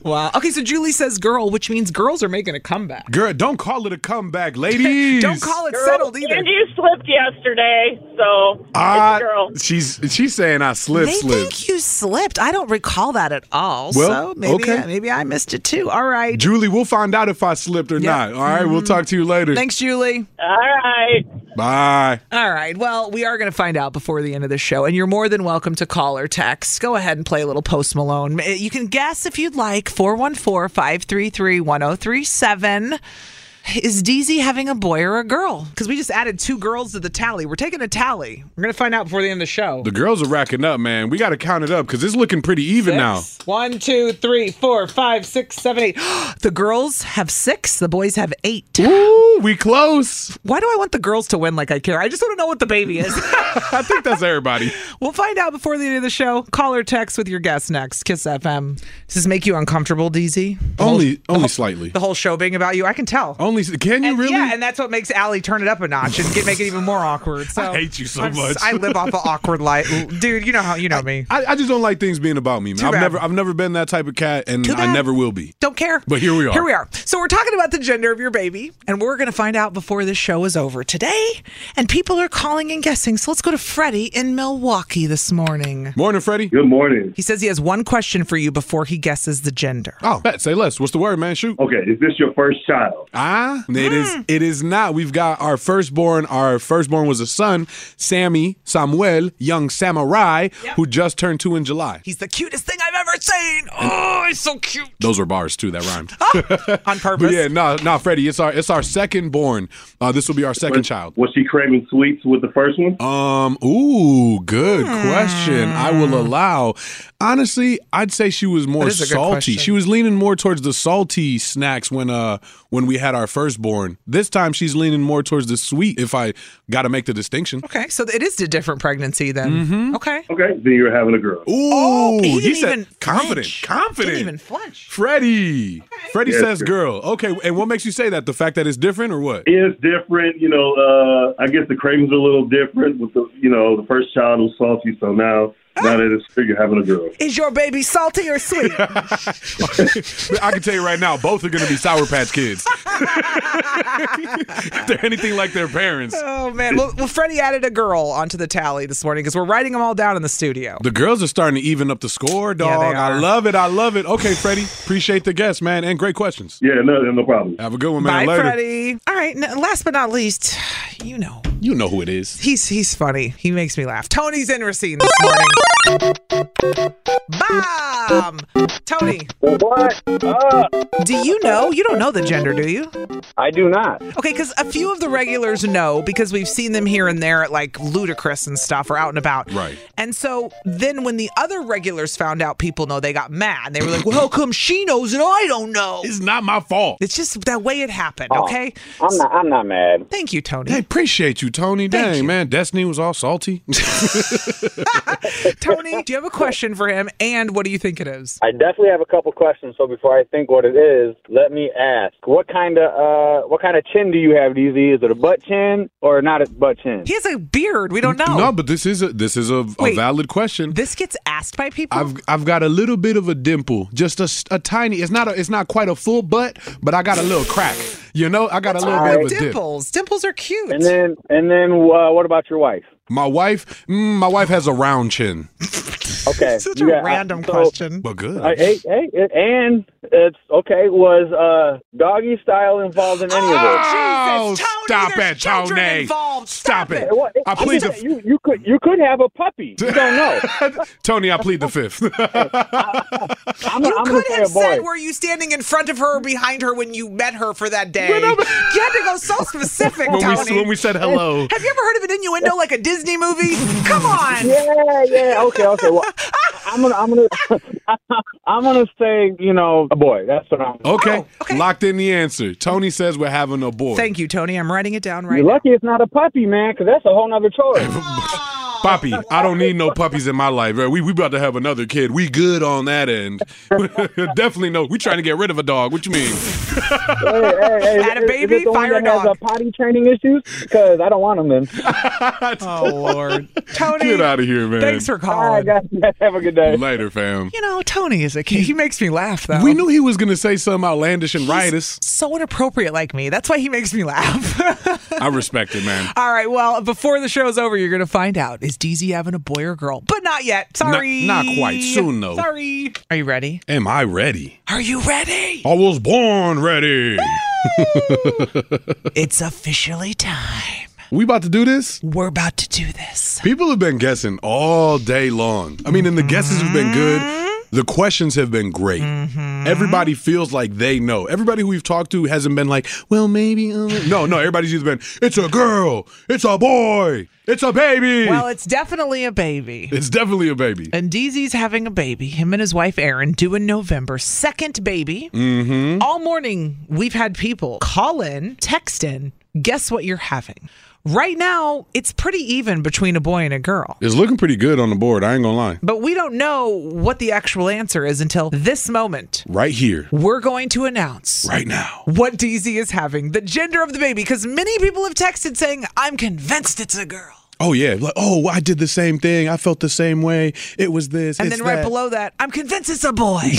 B: Wow. Okay, so Julie says girl, which means girls are making a comeback.
C: Girl, don't call it a comeback, ladies.
B: Don't call it
K: Girl,
B: settled either.
K: And you slipped yesterday, so
C: Ah,
K: it's a girl.
C: she's she's saying I slip,
B: they
C: slip.
B: think you slipped. I don't recall that at all. so
C: Well,
B: maybe, uh,
C: okay.
B: maybe I missed it too. All right.
C: Julie, we'll find out if I slipped or not. All right, we'll talk to you later.
B: Mm-hmm. Thanks, Julie.
K: All right.
C: Bye.
B: All right. Well, we are going to find out before the end of the show, and you're more than welcome to call or text. Go ahead and play a little Post Malone. Uh, You can guess if you'd like 414 533 1037. Is DZ having a boy or a girl? Because we just added two girls to the tally. We're taking a tally. We're going to find out before the end of the show.
C: The girls are racking up, man. We got to count it up because it's looking pretty even now.
B: One, two, three, four, five, six, seven, eight. the girls have six. The boys have eight.
C: Ooh, we close.
B: Why do I want the girls to win like I care? I just want to know what the baby is.
C: I think that's everybody.
B: We'll find out before the end of the show. Call or text with your guest next. Kiss FM. Does this make you uncomfortable, DZ?
C: only, only slightly.
B: The whole show being about you, I can tell.
C: only can you really?
B: Yeah, and that's what makes Allie turn it up a notch and get, make it even more awkward. So
C: I hate you so
B: I'm s-
C: much.
B: I live off of awkward life, dude. You know how you know me.
C: I, I just don't like things being about me, man.
B: Too
C: I've
B: bad.
C: never I've never been that type of cat, and
B: Too
C: I
B: bad.
C: never will be.
B: Don't care.
C: But here we are.
B: Here we are. So we're talking about the gender of your baby, and we're going to find out before this show is over today. And people are calling and guessing. So let's go to Freddie in Milwaukee this morning.
C: Morning, Freddie.
N: Good morning.
B: He says he has one question for you before he guesses the gender.
C: Oh, bet. Say less. What's the word, man? Shoot.
N: Okay, is this your first child?
C: Ah, it
B: Hmm.
C: is. It is not. We've got our firstborn. Our firstborn was a son, Sammy Samuel, young samurai, who just turned two in July.
B: He's the cutest thing I've ever seen. Oh, he's so cute.
C: Those were bars too. That rhymed.
B: Oh, On purpose.
C: but yeah, no, no, Freddie. It's our it's our second born. Uh, this will be our second child.
N: Was she craving sweets with the first one?
C: Um. Ooh, good question. I will allow. Honestly, I'd say she was more
B: That is a good
C: salty.
B: question.
C: She was leaning more towards the salty snacks when uh when we had our firstborn. This time she's leaning more towards the sweet. If I got to make the distinction.
B: Okay, so it is a different pregnancy then. Okay.
N: Okay, then you're having a girl.
C: Mm-hmm. Ooh,
B: Oh, he didn't
C: said
B: even
C: confident,
B: flinch.
C: confident.
B: Didn't even flinch.
C: Freddie. Freddie
N: Yes,
C: says
N: sir.
C: girl. Okay, and what makes you say that? The fact that it's different or what?
N: It's different, you know. Uh, I guess the cravings are a little different with the, you know, the first child was salty, so now, now that it's bigger, having a girl.
B: Is your baby salty or sweet?
C: I can tell you right now, both are going to be Sour Patch Kids. if they're anything like their parents.
B: oh man. Well, well, Freddie added a girl onto the tally this morning because we're writing them all down in the studio.
C: The girls are starting to even up the score, dog.
B: they
C: I
B: are.
C: love it. I love it. Okay, Freddie, appreciate the guess, man, and great questions.
N: Yeah, no, no problem.
C: Have a good one, man.
B: Bye,
C: Later.
B: Freddie. All right. n- Last but not least, you know
C: You know who it is.
B: he's he's funny. He makes me laugh. Tony's in Racine this morning. Bomb. Tony.
M: What? Ah.
B: Do you know? You don't know the gender, do you?
M: I do not.
B: Okay, because a few of the regulars know because we've seen them here and there at like Ludacris and stuff or out and about.
C: Right.
B: And so then when the other regulars found out people know, they got mad. They were like, well, how come she knows and I don't know?
C: It's not my fault.
B: It's just that way it happened,
C: Oh,
B: okay?
M: I'm not. I'm not mad.
B: Thank you, Tony.
C: Hey, appreciate you, Tony. Dang, man. Destiny was all salty.
B: Tony, do you have a question for him? And what do you think it is?
M: I definitely have a couple questions. So before I think what it is, let me ask: What kind of uh, what kind of chin do you have, DZ? Is it a butt chin or not a butt chin?
B: He has a beard. We don't know.
C: No, but this is a this is a, a
B: Wait.
C: valid question.
B: This gets asked by people.
C: I've I've got a little bit of a dimple, just a, s- a tiny. It's not a, it's not quite a full butt, but I got a little crack. You know, I got a little bit of a dimple.
B: dimples. Dimples are cute.
M: And then and then uh, what about your wife?
C: My wife, mm, my wife has a round chin,
M: Okay,
B: such
M: you
B: a
M: got-
B: random
M: so-
B: question.
C: but good.
M: Uh, hey, hey, it- and it's okay. Was uh, doggy style involved in any
C: Oh,
M: of this?
C: stop it, Tony! Stop it! I plead the
M: you, you could you could have a puppy. You don't know.
C: Tony. I plead the fifth.
M: I'm,
B: You
M: I'm
B: could
M: gonna
B: have
M: say a
B: said,
M: boy.
B: "Were you standing in front of her or behind her when you met her for that day?" you had to go so specific,
C: when
B: Tony.
C: we when we said hello,
B: have you ever heard of an innuendo like a Disney movie? Come on.
M: Yeah, yeah. Okay, okay. Well, I'm gonna I'm gonna I'm gonna say you know a boy. That's what I'm.
C: okay.
B: Oh,
C: locked in the answer. Tony says we're having a boy.
B: Thank you, Tony. I'm writing it down right
M: You're
B: now.
M: lucky it's not a puppy, man, because that's a whole nother choice.
C: Poppy, I don't need no puppies in my life. right? We we about to have another kid. We good on that end. Definitely no. We trying to get rid of a dog. What you mean?
M: hey, hey, hey,
B: Had
M: is-
B: a
M: is
B: baby,
M: it the one
B: fire
M: that has,
B: dog.
M: uh, potty training issues because I don't want them then.
B: Oh Lord, Tony.
C: Get out of here, man.
B: Thanks for
M: All right,
B: calling.
M: guys, have a good day.
C: Later, fam.
B: You know, Tony is a kid. He makes me laugh though.
C: We knew he was gonna say something outlandish and riotous.
B: so inappropriate like me. That's why he makes me laugh.
C: I respect it, man.
B: All right, well, before the show's over, you're going to find out is DZ having a boy or girl? But not yet. Sorry.
C: Not- not quite. Soon, though.
B: Sorry. Are you ready?
C: Am I ready?
B: Are you ready?
C: I was born ready.
B: it's officially time.
C: we about to do this?
B: We're about to do this.
C: People have been guessing all day long. I mean, and the guesses have been good.
B: Mm-hmm.
C: The questions have been great. Everybody feels like they know. Everybody who we've talked to hasn't been like, well, maybe. Uh. No, no. Everybody's either been, it's a girl, it's a boy, it's a baby.
B: Well, it's definitely a baby.
C: it's definitely a baby.
B: And DZ's having a baby. Him and his wife Erin due in November. Second baby. Mm-hmm. All morning, we've had people call in, text in. Guess what you're having? Right now, it's pretty even between a boy and a girl.
C: It's looking pretty good on the board. I ain't gonna lie.
B: But we don't know what the actual answer is until this moment.
C: Right here,
B: We're going to announce
C: right now.
B: what DZ is having, the gender of the baby, because many people have texted saying, I'm convinced it's a girl.
C: Oh yeah, like oh I did the same thing. I felt the same way. It was this.
B: And
C: it's
B: then right
C: that.
B: below that, I'm convinced it's a boy.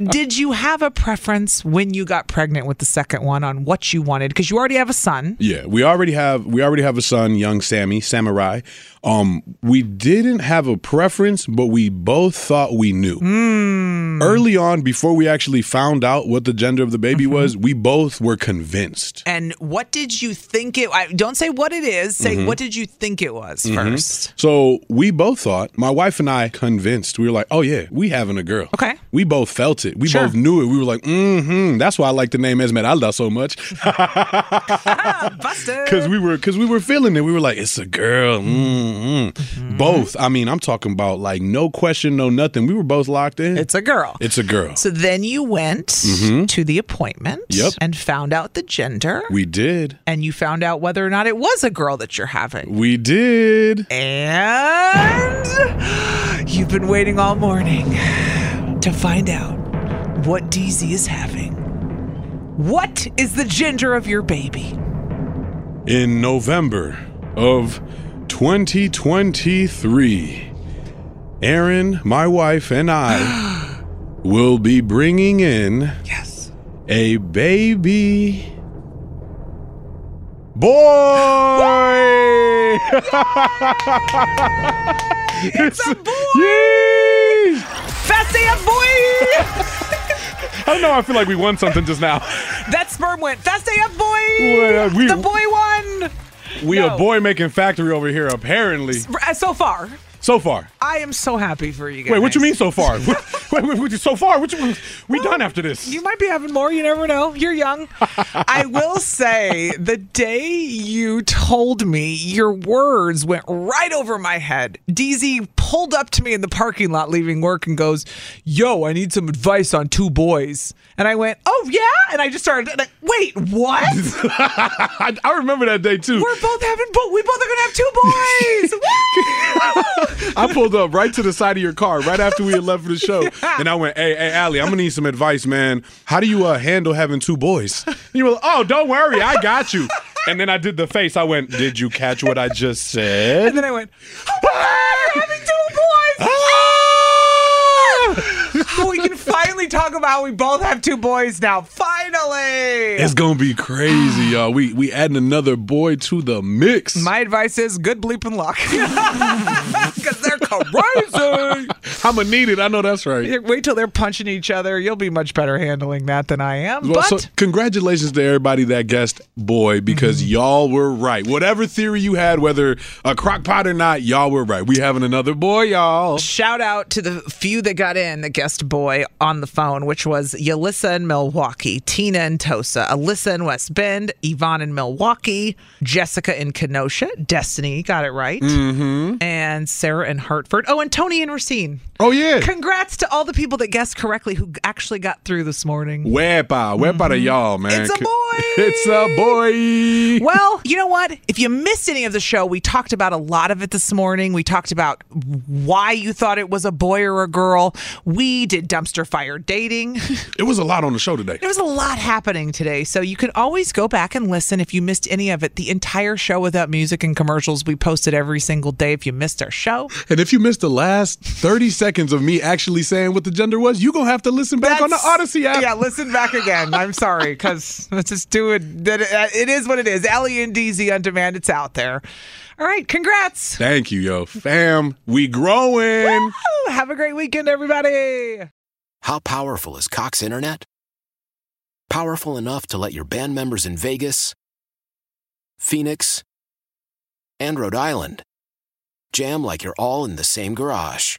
B: Did you have a preference when you got pregnant with the second one on what you wanted? Because you already have a son.
C: Yeah, we already have we already have a son, young Sammy Samurai. Um, we didn't have a preference, but we both thought we knew.
B: Hmm.
C: Early on, before we actually found out what the gender of the
B: Mm-hmm.
C: baby was, we both were convinced.
B: And what did you think it? I, don't say what it is. Say
C: Mhm.
B: what did you think it was
C: Mhm.
B: first?
C: So we both thought, my wife and I convinced, we were like, oh yeah, we having a girl.
B: Okay.
C: We both felt it. We
B: Sure.
C: both knew it. We were like, mm-hmm. That's why I like the name Esmeralda so much.
B: Busted.
C: Cause we were cause we were feeling it. We were like, it's a girl. Mm-hmm. Both. I mean, I'm talking about like no question, no nothing. We were both locked in. It's
B: a girl.
C: It's a girl.
B: So then you went
C: Mhm.
B: to the appointment
C: Yep.
B: and found out the gender.
C: We did.
B: and you found out whether or not it was a girl that you're having.
C: We did.
B: And you've been waiting all morning to find out what DZ is having. What is the gender of your baby?
C: In November of 2023, Erin, my wife, and I will be bringing in
B: yes
C: a baby boy. it's a boy.
B: Festia boy.
C: I don't know. I feel like we won something just now.
B: That sperm went Festia
C: Well,
B: boy.
C: we-
B: the boy won.
C: We
B: No. Uh,
C: a boy making factory over here, apparently.
B: So far,
C: So far.
B: I am so happy for you guys.
C: Wait, what you mean so far? wait, wait, wait, so far, what you, we done after this?
B: You might be having more. You never know. You're young. I will say, the day you told me, your words went right over my head. DZ pulled up to me in the parking lot leaving work and goes, Yo, I need some advice on two boys. And I went, Oh, yeah. And I just started, like, Wait, what?
C: I, I remember that day too.
B: We're both having, bo- we both are going to have two boys.
C: I pulled up right to the side of your car right after we had left for the show, and I went, "Hey, hey, Allie, I'm gonna need some advice, man. How do you uh, handle having two boys?" And you were like, "Oh, don't worry, I got you." And then I did the face. I went, "Did you catch what I just said?" And
B: then I went, We're having two boys. oh, we can finally talk about how we both have two boys now. Finally.
C: "It's gonna be crazy, y'all. We we adding another boy to the mix."
B: My advice is good bleeping luck. Because they're crazy.
C: I'ma need it. I know that's right.
B: Wait till they're punching each other. You'll be much better handling that than I am. but Mm-hmm.
C: so congratulations to everybody that guessed boy because y'all were right. Whatever theory you had, whether a crock pot or not, y'all were right. We having another boy, y'all.
B: shout out to the few that got in that guessed boy on the phone, which was Yalissa in Milwaukee, Tina in Tosa, Alyssa in West Bend, Yvonne in Milwaukee, Jessica in Kenosha, Destiny got it right, and Sarah in Hartford. Oh, and Tony in Racine.
C: Mm-hmm. Oh, yeah.
B: Congrats to all the people that guessed correctly who actually got through this morning.
C: Wepa, wepa to ah, y'all, man.
B: Mm-hmm. It's a
C: boy. It's a boy.
B: Well, you know what? If you missed any of the show, we talked about a lot of it this morning. We talked about why you thought it was a boy or a girl. We did dumpster fire dating.
C: It was a lot on the show today.
B: There was a lot happening today, so you can always go back and listen if you missed any of it. The entire show without music and commercials we posted every single day if you missed our show.
C: And if you missed the last 30 seconds of me actually saying what the gender was, you're going to have to listen back on the
B: That's-
C: Odyssey app.
B: Yeah, listen back again. I'm sorry because let's just do it. That uh, it is what it is. E Ellie and DZ on demand. It's out there. All right, congrats.
C: Thank you, yo. Fam, we growing.
B: Woo! Have a great weekend, everybody.
O: How powerful is Cox Internet? Powerful enough to let your band members in Vegas, Phoenix, and Rhode Island jam like you're all in the same garage.